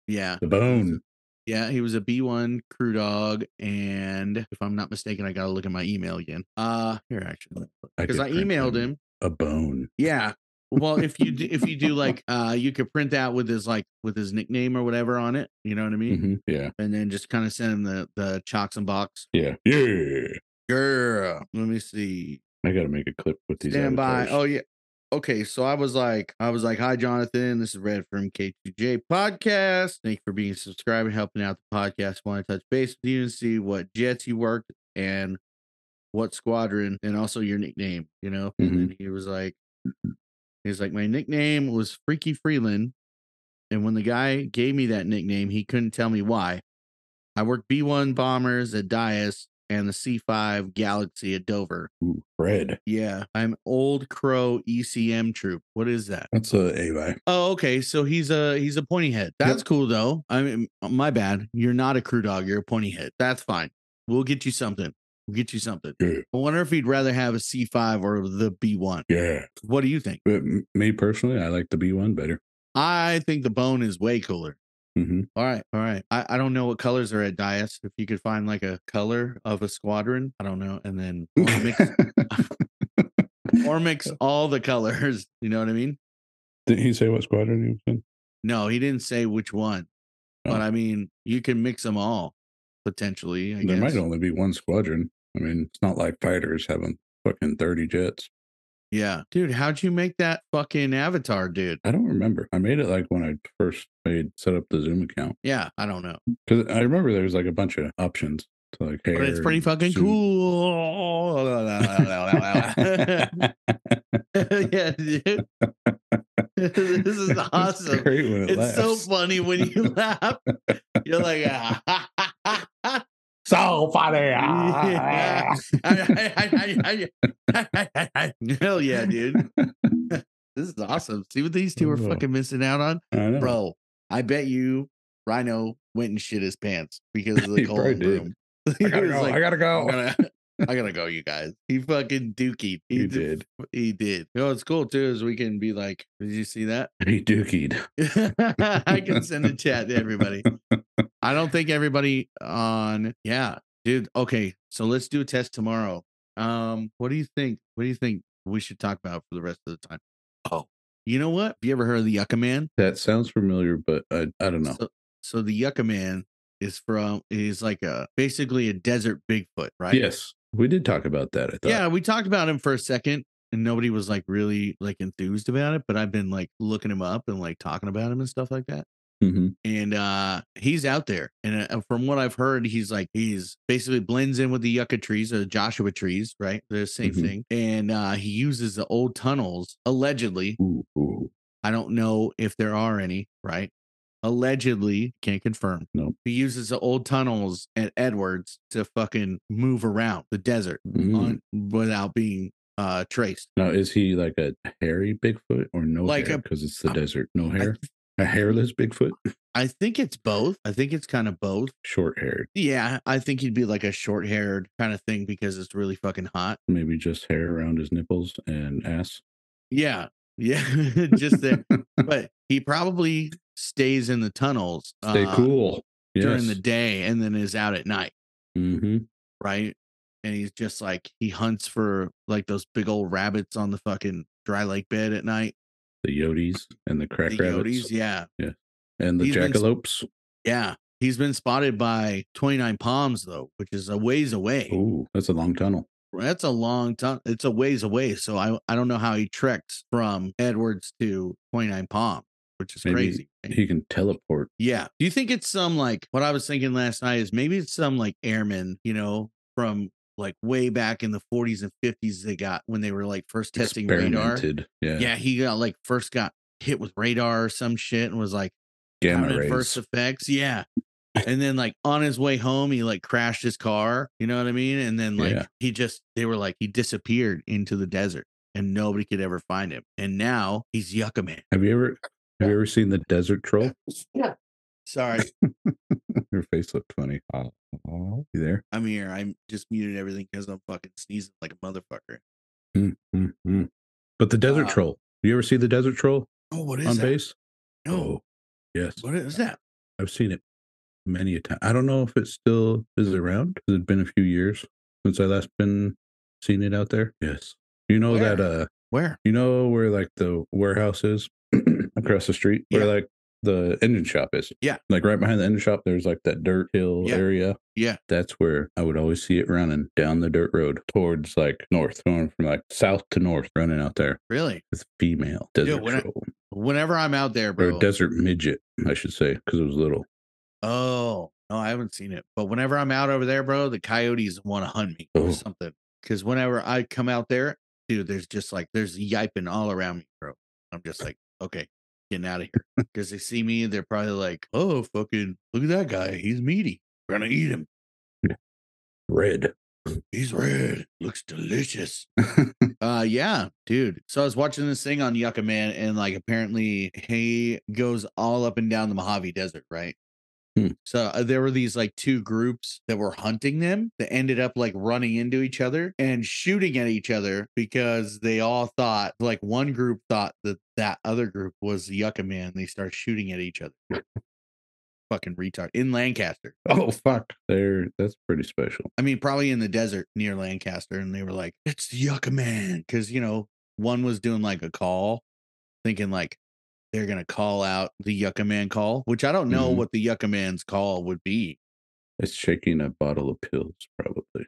Speaker 1: Yeah.
Speaker 2: the bone.
Speaker 1: Yeah, he was a B1 crew dog. And if I'm not mistaken, I gotta look at my email again. Uh here actually. Because
Speaker 2: did
Speaker 1: I
Speaker 2: print
Speaker 1: emailed him.
Speaker 2: a bone.
Speaker 1: Yeah. Well, if you do, if you do like uh you could print that with his like with his nickname or whatever on it, you know what I mean?
Speaker 2: Mhm, Yeah.
Speaker 1: And then just kind of send him the the chocks and box.
Speaker 2: Yeah. Yeah.
Speaker 1: Girl, let me see.
Speaker 2: I got to make a clip with these.
Speaker 1: Stand by.
Speaker 2: avatars.
Speaker 1: Oh yeah. Okay, so I was like, I was like, hi Jonathan, this is Red from K2J Podcast. Thank you for being subscribed and helping out the podcast. Want to touch base with you and see what jets you worked and what squadron, and also your nickname. You know, and then
Speaker 2: Mm-hmm.
Speaker 1: he was like, he was like, my nickname was Freaky Freeland, and when the guy gave me that nickname, he couldn't tell me why. I worked B1 bombers at Dias and the C5 Galaxy at Dover.
Speaker 2: Ooh,
Speaker 1: Oh.
Speaker 2: red.
Speaker 1: Yeah, I'm old crow ECM troop. What is that?
Speaker 2: That's a Avi.
Speaker 1: Oh, okay. So he's a he's a pointy head. That's cool though. I mean, uh, my bad. You're not a crew dog. You're a pointy head. That's fine. We'll get you something. We'll get you something.
Speaker 2: Yeah.
Speaker 1: I wonder if he'd rather have a C5 or the B1.
Speaker 2: Yeah.
Speaker 1: What do you think?
Speaker 2: But m- me personally, I like the B1 better.
Speaker 1: I think the bone is way cooler.
Speaker 2: hmm
Speaker 1: All right, all right. I, I don't know what colors are at Dias. If you could find like a color of a squadron, I don't know, and then or mix, or mix all the colors. You know what I mean?
Speaker 2: Did he say what squadron he was in?
Speaker 1: No, he didn't say which one. But
Speaker 2: Oh.
Speaker 1: I mean, you can mix them all potentially. I
Speaker 2: there
Speaker 1: guess.
Speaker 2: might only be one squadron. I mean, it's not like fighters having fucking 30 jets.
Speaker 1: Yeah. Dude, how'd you make that fucking avatar, dude?
Speaker 2: I don't remember. I made it like when I first made set up the Zoom account
Speaker 1: Yeah, I don't know.
Speaker 2: because I remember there was like a bunch of options to like hair.
Speaker 1: But it's pretty
Speaker 2: and
Speaker 1: fucking
Speaker 2: zoom.
Speaker 1: cool. yeah, dude. this is
Speaker 2: It's
Speaker 1: awesome.
Speaker 2: great when it
Speaker 1: It's so
Speaker 2: laughs.
Speaker 1: funny when you laugh. You're like, ah,
Speaker 2: so funny. Ah,
Speaker 1: Yeah. hell yeah, dude. This is awesome. See what these two are
Speaker 2: Oh.
Speaker 1: fucking missing out on?
Speaker 2: I know.
Speaker 1: Bro, I bet you Rhino went and shit his pants because of the
Speaker 2: He
Speaker 1: cold
Speaker 2: probably did.
Speaker 1: room. He
Speaker 2: I gotta
Speaker 1: was
Speaker 2: go.
Speaker 1: like,
Speaker 2: I gotta
Speaker 1: I
Speaker 2: go.
Speaker 1: gotta, I gotta go, you guys. He fucking dookie.
Speaker 2: He
Speaker 1: d-
Speaker 2: did.
Speaker 1: He did. You know what's cool too is we can be like, did you see that?
Speaker 2: He dookied.
Speaker 1: I can send a chat to everybody. I don't think everybody on yeah, dude. Okay, so let's do a test tomorrow. Um, what do you think? What do you think we should talk about for the rest of the time? Oh, you know what? Have you ever heard of the Yucca Man?
Speaker 2: That sounds familiar, but I, I don't know.
Speaker 1: So, so the Yucca Man is from is like a basically a desert Bigfoot, right?
Speaker 2: Yes, we did talk about that. I thought.
Speaker 1: Yeah, we talked about him for a second and nobody was like really like enthused about it, but I've been like looking him up and like talking about him and stuff like that.
Speaker 2: hmm
Speaker 1: And uh he's out there. And uh, from what I've heard, he's like he's basically blends in with the yucca trees or the Joshua trees, right? They're the same
Speaker 2: Mhm.
Speaker 1: thing. And uh he uses the old tunnels allegedly.
Speaker 2: Ooh, ooh.
Speaker 1: I don't know if there are any, right? Allegedly, can't confirm.
Speaker 2: Nope.
Speaker 1: He uses the old tunnels at Edwards to fucking move around the desert
Speaker 2: Mm.
Speaker 1: on without being uh traced.
Speaker 2: Now, is he like a hairy Bigfoot or no
Speaker 1: Like a-
Speaker 2: Because it's the
Speaker 1: I-
Speaker 2: desert. No
Speaker 1: I,
Speaker 2: hair. A hairless Bigfoot.
Speaker 1: I think it's both. I think it's kind of both.
Speaker 2: Short haired.
Speaker 1: Yeah, I think he'd be like a short haired kind of thing because it's really fucking hot.
Speaker 2: Maybe just hair around his nipples and ass.
Speaker 1: Yeah. Yeah. Just there. but he probably stays in the tunnels
Speaker 2: Stay
Speaker 1: uh,
Speaker 2: cool. Yes.
Speaker 1: during the day and then is out at night.
Speaker 2: hmm
Speaker 1: Right. And he's just like he hunts for like those big old rabbits on the fucking dry lake bed at night.
Speaker 2: The Yodis and the crack
Speaker 1: The
Speaker 2: rabbits
Speaker 1: Yotes. Yeah.
Speaker 2: and the
Speaker 1: He's been-
Speaker 2: jackalopes.
Speaker 1: Yeah. He's been spotted by 29 Palms though, which is a ways away.
Speaker 2: Ooh, that's a long tunnel.
Speaker 1: That's a long time. It's a ways away. So I I don't know how he trekked from Edwards to 29 Palm, which is
Speaker 2: Maybe
Speaker 1: crazy. right?
Speaker 2: He can teleport.
Speaker 1: yeah. Do you think it's some like what I was thinking last night is maybe it's some like airman, you know, from like way back in the 40s and 50s they got when they were like first testing radar.
Speaker 2: Experimented. Yeah.
Speaker 1: Yeah, he got like first got hit with radar or some shit and was like
Speaker 2: Gamma
Speaker 1: having
Speaker 2: rays.
Speaker 1: adverse effects. Yeah. And then like on his way home, he like crashed his car. You know what I mean? And then like
Speaker 2: Yeah.
Speaker 1: he just they were like he disappeared into the desert and nobody could ever find him. And now he's Yucca Man.
Speaker 2: Have you ever have you ever seen the desert troll?
Speaker 1: Sorry,
Speaker 2: Your face looked funny. Uh, you there?
Speaker 1: I'm here. I'm just muted everything because I'm fucking sneezing like a motherfucker.
Speaker 2: Mm, mm, mm. But the desert
Speaker 1: Uh,
Speaker 2: troll. You ever see the desert troll
Speaker 1: Oh, what
Speaker 2: on
Speaker 1: is that?
Speaker 2: base?
Speaker 1: No,
Speaker 2: Oh, yes.
Speaker 1: what is that?
Speaker 2: I've seen it many a time. I don't know if it still is around. 'cause It's been a few years since I last been seen it out there. Yes. You know that uh
Speaker 1: Where?
Speaker 2: you know where like the warehouse is across the street where
Speaker 1: Yeah.
Speaker 2: like the engine shop is.
Speaker 1: Yeah.
Speaker 2: Like right behind the engine shop there's like that dirt hill
Speaker 1: Yeah.
Speaker 2: area.
Speaker 1: Yeah.
Speaker 2: That's where I would always see it running down the dirt road towards like north, going from like south to north, running out there
Speaker 1: Really?
Speaker 2: with female desert
Speaker 1: when I-
Speaker 2: troll
Speaker 1: Whenever I'm out there,
Speaker 2: or
Speaker 1: bro.
Speaker 2: desert midget, I should say, because it was little.
Speaker 1: Oh, no, I haven't seen it. But whenever I'm out over there, bro, the coyotes want to hunt me
Speaker 2: Oh.
Speaker 1: or something. Because whenever I come out there, dude, there's just like there's yiping all around me, bro. I'm just like, okay, getting out of here. Because they see me, they're probably like, oh, fucking, look at that guy. He's meaty. We're gonna eat him.
Speaker 2: Red.
Speaker 1: He's red. Looks delicious. Uh yeah, dude. So I was watching this thing on Yucca Man, and like apparently he goes all up and down the Mojave Desert, right?
Speaker 2: Hmm.
Speaker 1: So uh, there were these like two groups that were hunting them that ended up like running into each other and shooting at each other because they all thought like one group thought that that other group was the Yucca Man. They start shooting at each other. Fucking retard in Lancaster.
Speaker 2: Oh fuck. There that's pretty special.
Speaker 1: I mean, probably in the desert near Lancaster, and they were like, "It's the Yucca Man," because you know, one was doing like a call, thinking like they're gonna call out the Yucca Man call, which I don't know
Speaker 2: Mhm.
Speaker 1: what the Yucca Man's call would be.
Speaker 2: It's shaking a bottle of pills, probably.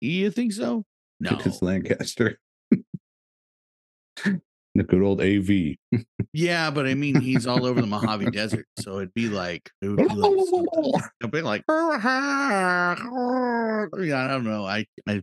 Speaker 1: You think so? No,
Speaker 2: It's Lancaster. The good old AV.
Speaker 1: Yeah, but I mean, he's all over the Mojave Desert, so it'd be like it would be like, something- it'd be like yeah, I don't know. I I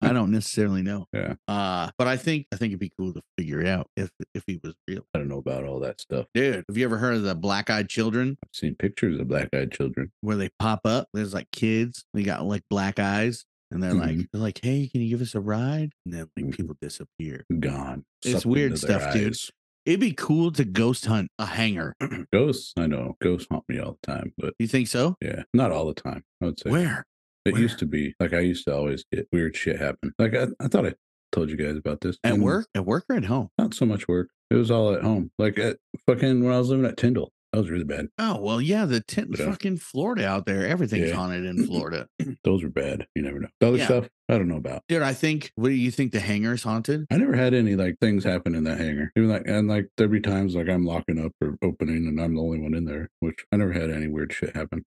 Speaker 1: I don't necessarily know.
Speaker 2: Yeah.
Speaker 1: Uh, but I think I think it'd be cool to figure out if if he was real.
Speaker 2: I don't know about all that stuff.
Speaker 1: Dude, have you ever heard of the black eyed children
Speaker 2: I've seen pictures of black eyed children.
Speaker 1: where they pop up? There's like kids, they got like black eyes, and they're
Speaker 2: Mm-hmm.
Speaker 1: like they're like, Hey, can you give us a ride? And then like
Speaker 2: Mhm.
Speaker 1: people disappear.
Speaker 2: Gone.
Speaker 1: It's
Speaker 2: Sucked
Speaker 1: weird
Speaker 2: into their
Speaker 1: stuff, dude.
Speaker 2: eyes.
Speaker 1: It'd be cool to ghost hunt a hanger. Do
Speaker 2: Ghosts, I know. Ghosts haunt me all the time, but
Speaker 1: you think so?
Speaker 2: yeah, not all the time. I would say
Speaker 1: Where?
Speaker 2: it
Speaker 1: where?
Speaker 2: used to be like I used to always get weird shit happen. Like I, I thought I told you guys about this
Speaker 1: At
Speaker 2: And
Speaker 1: work? At work or at home?
Speaker 2: Not so much work. It was all at home. Like at fucking when I was living at Tyndall, that was really bad.
Speaker 1: Oh well, yeah, the tent
Speaker 2: Yeah.
Speaker 1: fucking Florida out there. Everything's
Speaker 2: Yeah.
Speaker 1: haunted in Florida,
Speaker 2: Those were bad. You never know. The other
Speaker 1: Hmm. Yeah.
Speaker 2: stuff, I don't know about.
Speaker 1: dude. I think. What do you think? The hangar's haunted?
Speaker 2: I never had any like things happen in that hangar. Even like and like there'd be times like I'm locking up or opening and I'm the only one in there, which I never had any weird shit happen.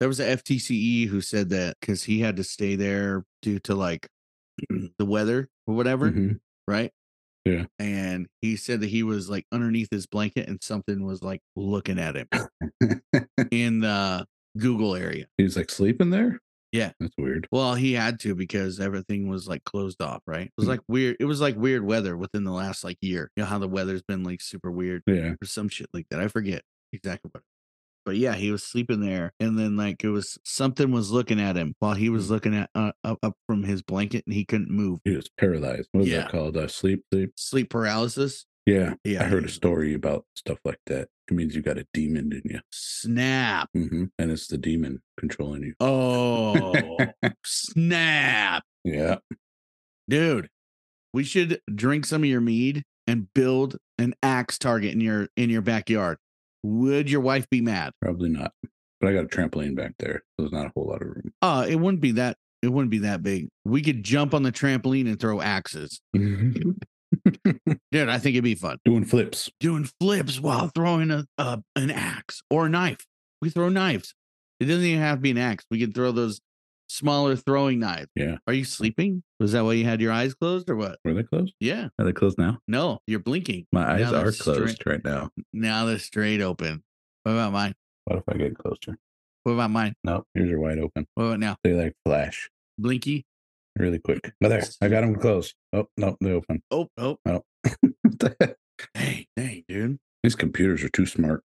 Speaker 1: There was a FTCE E who said that because he had to stay there due to like the weather or whatever,
Speaker 2: Mhm.
Speaker 1: right?
Speaker 2: Yeah.
Speaker 1: And he said that he was like underneath his blanket and something was like looking at him in the Google area.
Speaker 2: He was like sleeping there?
Speaker 1: Yeah.
Speaker 2: That's weird.
Speaker 1: Well, he had to because everything was like closed off, right? It was
Speaker 2: Mhm.
Speaker 1: like weird. It was like weird weather within the last like year. You know how the weather's been like super weird.
Speaker 2: Yeah.
Speaker 1: or some shit like that. I forget exactly what. But yeah, he was sleeping there, and then like it was something was looking at him while he
Speaker 2: Mm.
Speaker 1: was looking at uh, up, up from his blanket, and he couldn't move.
Speaker 2: He was paralyzed. What was
Speaker 1: Yeah.
Speaker 2: that called? Uh, sleep sleep.
Speaker 1: Sleep paralysis.
Speaker 2: Yeah.
Speaker 1: Yeah,
Speaker 2: I heard a
Speaker 1: he was-
Speaker 2: story about stuff like that. It means you got a demon in you.
Speaker 1: Snap!
Speaker 2: hmm And it's the demon controlling you.
Speaker 1: Oh, snap,
Speaker 2: Yeah.
Speaker 1: dude! We should drink some of your mead and build an axe target in your in your backyard. Would your wife be mad?
Speaker 2: Probably not. But I got a trampoline back there. So there's not a whole lot of room.
Speaker 1: Uh, it wouldn't be that. It wouldn't be that big. We could jump on the trampoline and throw axes.
Speaker 2: Mm-hmm.
Speaker 1: Dude, I think it'd be fun.
Speaker 2: Doing flips.
Speaker 1: Doing flips while throwing a, a an axe or a knife. We throw knives. It doesn't even have to be an axe. We can throw those smaller throwing knives.
Speaker 2: Yeah.
Speaker 1: Are you sleeping? Was that why you had your eyes closed or what?
Speaker 2: Were they closed?
Speaker 1: Yeah.
Speaker 2: Are they closed now?
Speaker 1: No, you're blinking.
Speaker 2: My eyes
Speaker 1: No,
Speaker 2: are
Speaker 1: that's straight-
Speaker 2: closed right now.
Speaker 1: Now they're straight open. What about mine?
Speaker 2: What if I get closer?
Speaker 1: What about mine?
Speaker 2: No, yours are wide open.
Speaker 1: What about now?
Speaker 2: They like flash
Speaker 1: Blinky.
Speaker 2: really quick. Oh, there, I got them closed. Oh no, they open.
Speaker 1: Oh, oh.
Speaker 2: What the heck?
Speaker 1: Dang, dang, dude.
Speaker 2: These computers are too smart.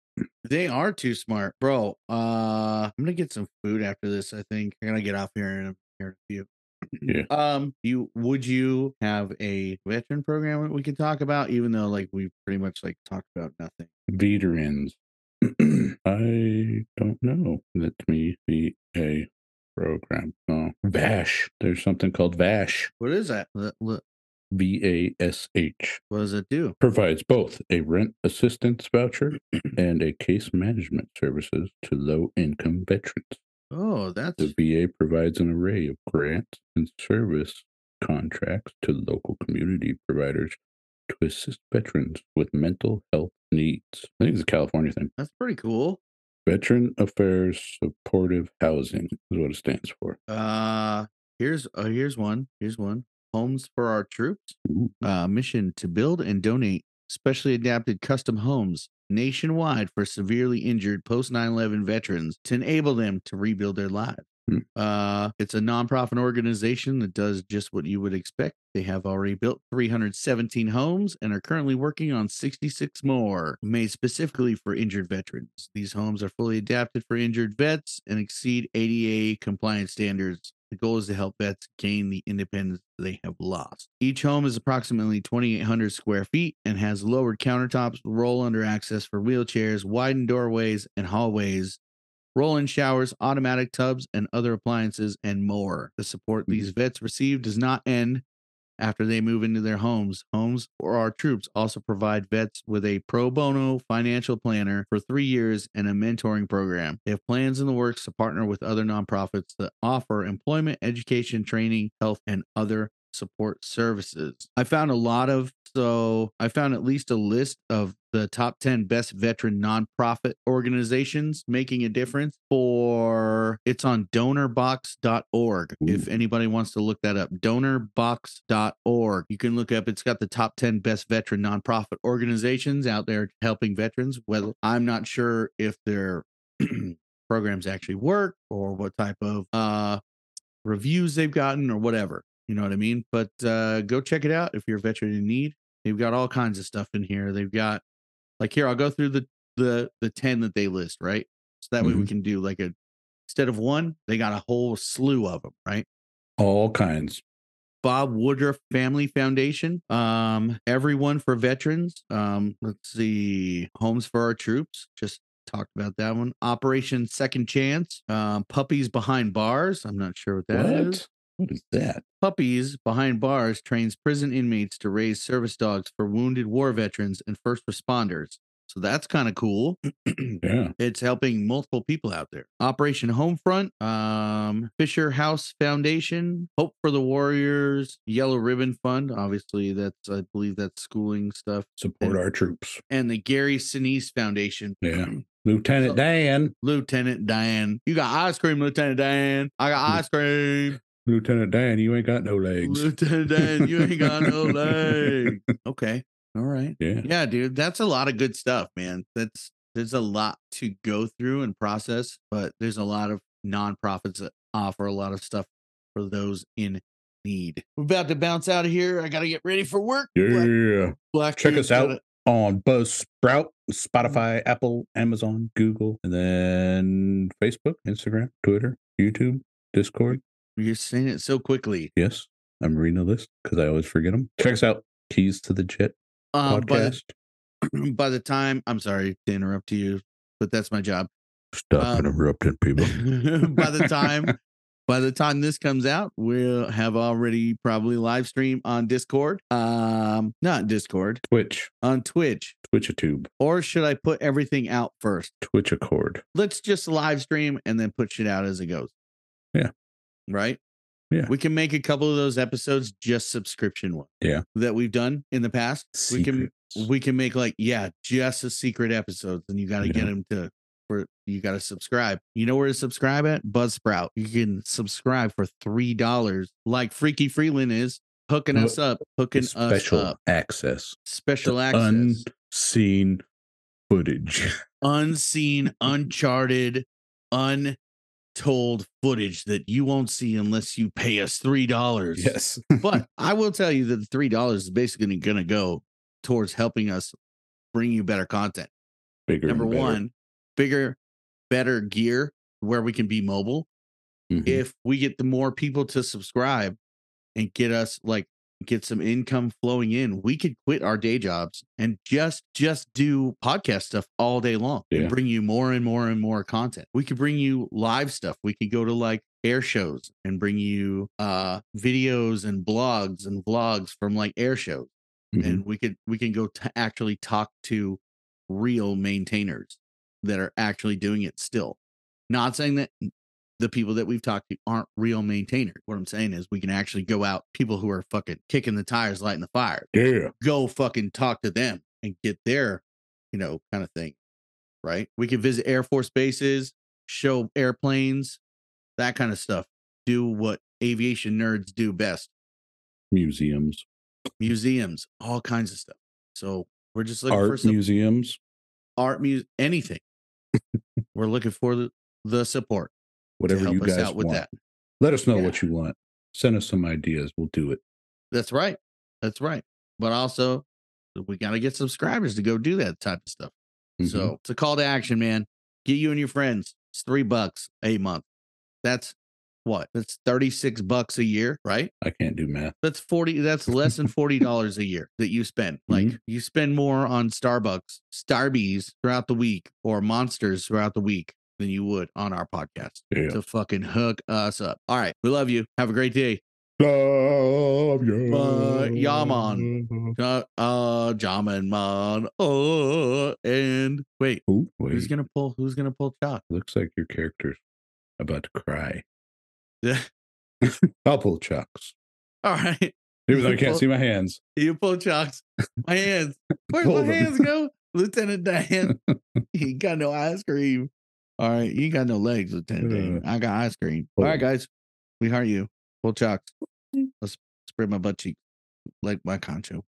Speaker 1: They are too smart, bro. Uh, I'm gonna get some food after this. I think I'm gonna get off here in a, here in a few.
Speaker 2: Yeah.
Speaker 1: Um. You would you have a veteran program that we could talk about, even though like we pretty much like talked about nothing.
Speaker 2: Veterans. I don't know. Let me be a program. Oh, Vash. There's something called Vash.
Speaker 1: What is that? Wha- wha-
Speaker 2: V A S H.
Speaker 1: What does it do?
Speaker 2: provides both a rent assistance voucher and a case management services to low income veterans.
Speaker 1: Oh, that's
Speaker 2: The VA provides an array of grants and service contracts to local community providers to assist veterans with mental health needs. I think it's a California thing.
Speaker 1: that's pretty cool.
Speaker 2: Veteran Affairs Supportive Housing is what it stands for.
Speaker 1: Uh, here's uh, here's one. Here's one. Homes for our troops.
Speaker 2: Ooh.
Speaker 1: uh, mission to build and donate specially adapted custom homes nationwide for severely injured post 9/11 veterans to enable them to rebuild their lives.
Speaker 2: Hmm.
Speaker 1: Uh, it's a nonprofit organization that does just what you would expect. They have already built 317 homes and are currently working on 66 more made specifically for injured veterans. These homes are fully adapted for injured vets and exceed ADA compliance standards. The goal is to help vets gain the independence they have lost. Each home is approximately 2,800 square feet and has lowered countertops, roll under access for wheelchairs, widened doorways and hallways, roll in showers, automatic tubs, and other appliances, and more. The support these vets receive does not end after they move into their homes. Homes for our troops also provide vets with a pro bono financial planner for three years and a mentoring program. They have plans in the works to partner with other nonprofits that offer employment, education, training, health, and other support services. I found a lot of So I found at least a list of the top 10 best veteran nonprofit organizations making a difference for it's on donorbox.org. If
Speaker 2: Ooh.
Speaker 1: anybody wants to look that up, donorbox.org. You can look up, it's got the top 10 best veteran nonprofit organizations out there helping veterans. Well, I'm not sure if their programs actually work or what type of uh, reviews they've gotten or whatever. You know what I mean? But uh, go check it out if you're a veteran in need. They've got all kinds of stuff in here. They've got like here, I'll go through the the the ten that they list, right? So that way we
Speaker 2: Mhm.
Speaker 1: can do like a instead of one, they got a whole slew of them, right?
Speaker 2: All kinds.
Speaker 1: Bob Woodruff Family Foundation, um, Everyone for Veterans. Um, let's see, Homes for Our Troops. Just talked about that one. Operation Second Chance, um, Puppies Behind Bars. I'm not sure what that is.
Speaker 2: what? What is that?
Speaker 1: Puppies Behind Bars trains prison inmates to raise service dogs for wounded war veterans and first responders. So that's kind of cool.
Speaker 2: Yeah.
Speaker 1: it's helping multiple people out there. Operation Homefront, um, Fisher House Foundation, Hope for the Warriors, Yellow Ribbon Fund. Obviously, that's I believe that's schooling stuff,
Speaker 2: Support our troops.
Speaker 1: and the Gary Sinise Foundation.
Speaker 2: Yeah. Lieutenant
Speaker 1: So-
Speaker 2: Dan.
Speaker 1: Lieutenant Diane, you got ice cream, Lieutenant Diane. I got ice cream.
Speaker 2: Lieutenant Dan, you ain't got no legs.
Speaker 1: Lieutenant Dan, you ain't got no leg. Okay. All right.
Speaker 2: yeah.
Speaker 1: Yeah, dude. That's a lot of good stuff, man. That's there's a lot to go through and process, but there's a lot of nonprofits that offer a lot of stuff for those in need. We're about to bounce out of here. I gotta get ready for work. Black,
Speaker 2: Yeah.
Speaker 1: Black
Speaker 2: Check
Speaker 1: dude's
Speaker 2: us out.
Speaker 1: gotta-
Speaker 2: On Buzzsprout, Spotify,
Speaker 1: Mm-hmm.
Speaker 2: Apple, Amazon, Google, and then Facebook, Instagram, Twitter, YouTube, Discord.
Speaker 1: You're saying it so quickly.
Speaker 2: Yes. I'm reading a list because I always forget them. Check us out. Keys to the Jet
Speaker 1: Um, by,
Speaker 2: podcast.
Speaker 1: the, by the time I'm sorry to interrupt you, but that's my job.
Speaker 2: Stop
Speaker 1: um,
Speaker 2: interrupting people.
Speaker 1: by the time by the time this comes out we'll have already probably live stream on discord um not discord
Speaker 2: Twitch,
Speaker 1: on twitch
Speaker 2: Twitch a tube,
Speaker 1: or should i put everything out first
Speaker 2: Twitch a cord.
Speaker 1: let's just live stream and then put shit out as it goes
Speaker 2: Yeah.
Speaker 1: right
Speaker 2: Yeah.
Speaker 1: we can make a couple of those episodes just subscription one
Speaker 2: Yeah.
Speaker 1: that we've done in the past we can we can make like yeah just a secret episodes and you got to
Speaker 2: Yeah.
Speaker 1: get them to for you got to subscribe you know where to subscribe at buzzsprout you can subscribe for three dollars like freaky freeland is hooking us up hooking
Speaker 2: special
Speaker 1: us up
Speaker 2: access,
Speaker 1: special
Speaker 2: the
Speaker 1: access
Speaker 2: unseen footage.
Speaker 1: unseen uncharted untold footage that you won't see unless you pay us three dollars
Speaker 2: yes.
Speaker 1: but I will tell you that the three dollars is basically going to go towards helping us bring you better content.
Speaker 2: Bigger.
Speaker 1: Number
Speaker 2: and better.
Speaker 1: one, bigger, better gear where we can be mobile.
Speaker 2: Mhm.
Speaker 1: If we get the more people to subscribe and get us like get some income flowing in, we could quit our day jobs and just just do podcast stuff all day long
Speaker 2: Yeah.
Speaker 1: and bring you more and more and more content. We could bring you live stuff. We could go to like air shows and bring you uh videos and blogs and vlogs from like air shows
Speaker 2: Mhm.
Speaker 1: and we could we can go to actually talk to real maintainers that are actually doing it still not saying that the people that we've talked to aren't real maintainers what i'm saying is we can actually go out people who are fucking kicking the tires lighting the fire
Speaker 2: yeah.
Speaker 1: go fucking talk to them and get their you know kind of thing right we could visit air force bases show airplanes that kind of stuff do what aviation nerds do best
Speaker 2: Museums,
Speaker 1: museums, all kinds of stuff. So we're just looking for
Speaker 2: art
Speaker 1: some
Speaker 2: museums,
Speaker 1: art, music, anything. we're looking for the, the support to
Speaker 2: whatever
Speaker 1: help
Speaker 2: you
Speaker 1: us
Speaker 2: guys
Speaker 1: out with
Speaker 2: want.
Speaker 1: that.
Speaker 2: Let us know
Speaker 1: Yeah.
Speaker 2: what you want. Send us some ideas. We'll do it.
Speaker 1: That's right. That's right. But also, we got to get subscribers to go do that type of stuff.
Speaker 2: Mhm.
Speaker 1: So it's a call to action, man. Get you and your friends. It's three bucks a month. That's what? That's 36 bucks a year, right?
Speaker 2: I can't do math.
Speaker 1: that's 40 that's less than $40 a year that you spend like you spend more on starbucks starbies throughout the week or monsters throughout the week than you would on our podcast
Speaker 2: Yeah.
Speaker 1: to fucking hook us up all right we love you have a great day
Speaker 2: Love you.
Speaker 1: But Yaman. uh, uh jamin man uh, and wait
Speaker 2: Ooh, wait.
Speaker 1: who's gonna pull who's gonna pull chalk
Speaker 2: Looks like your character's about to cry. I'll pull Chuck's.
Speaker 1: all right
Speaker 2: Even though I can't see my hands.
Speaker 1: You pull chocks. My hands. Where'd my
Speaker 2: Hold 'em.
Speaker 1: hands go? Lieutenant Dan. he got no ice cream. All right. You got no legs, Lieutenant Dan. I got ice cream. All right,
Speaker 2: Hold
Speaker 1: guys. We heart you. Pull chocks. Let's spread my butt cheek like my concho.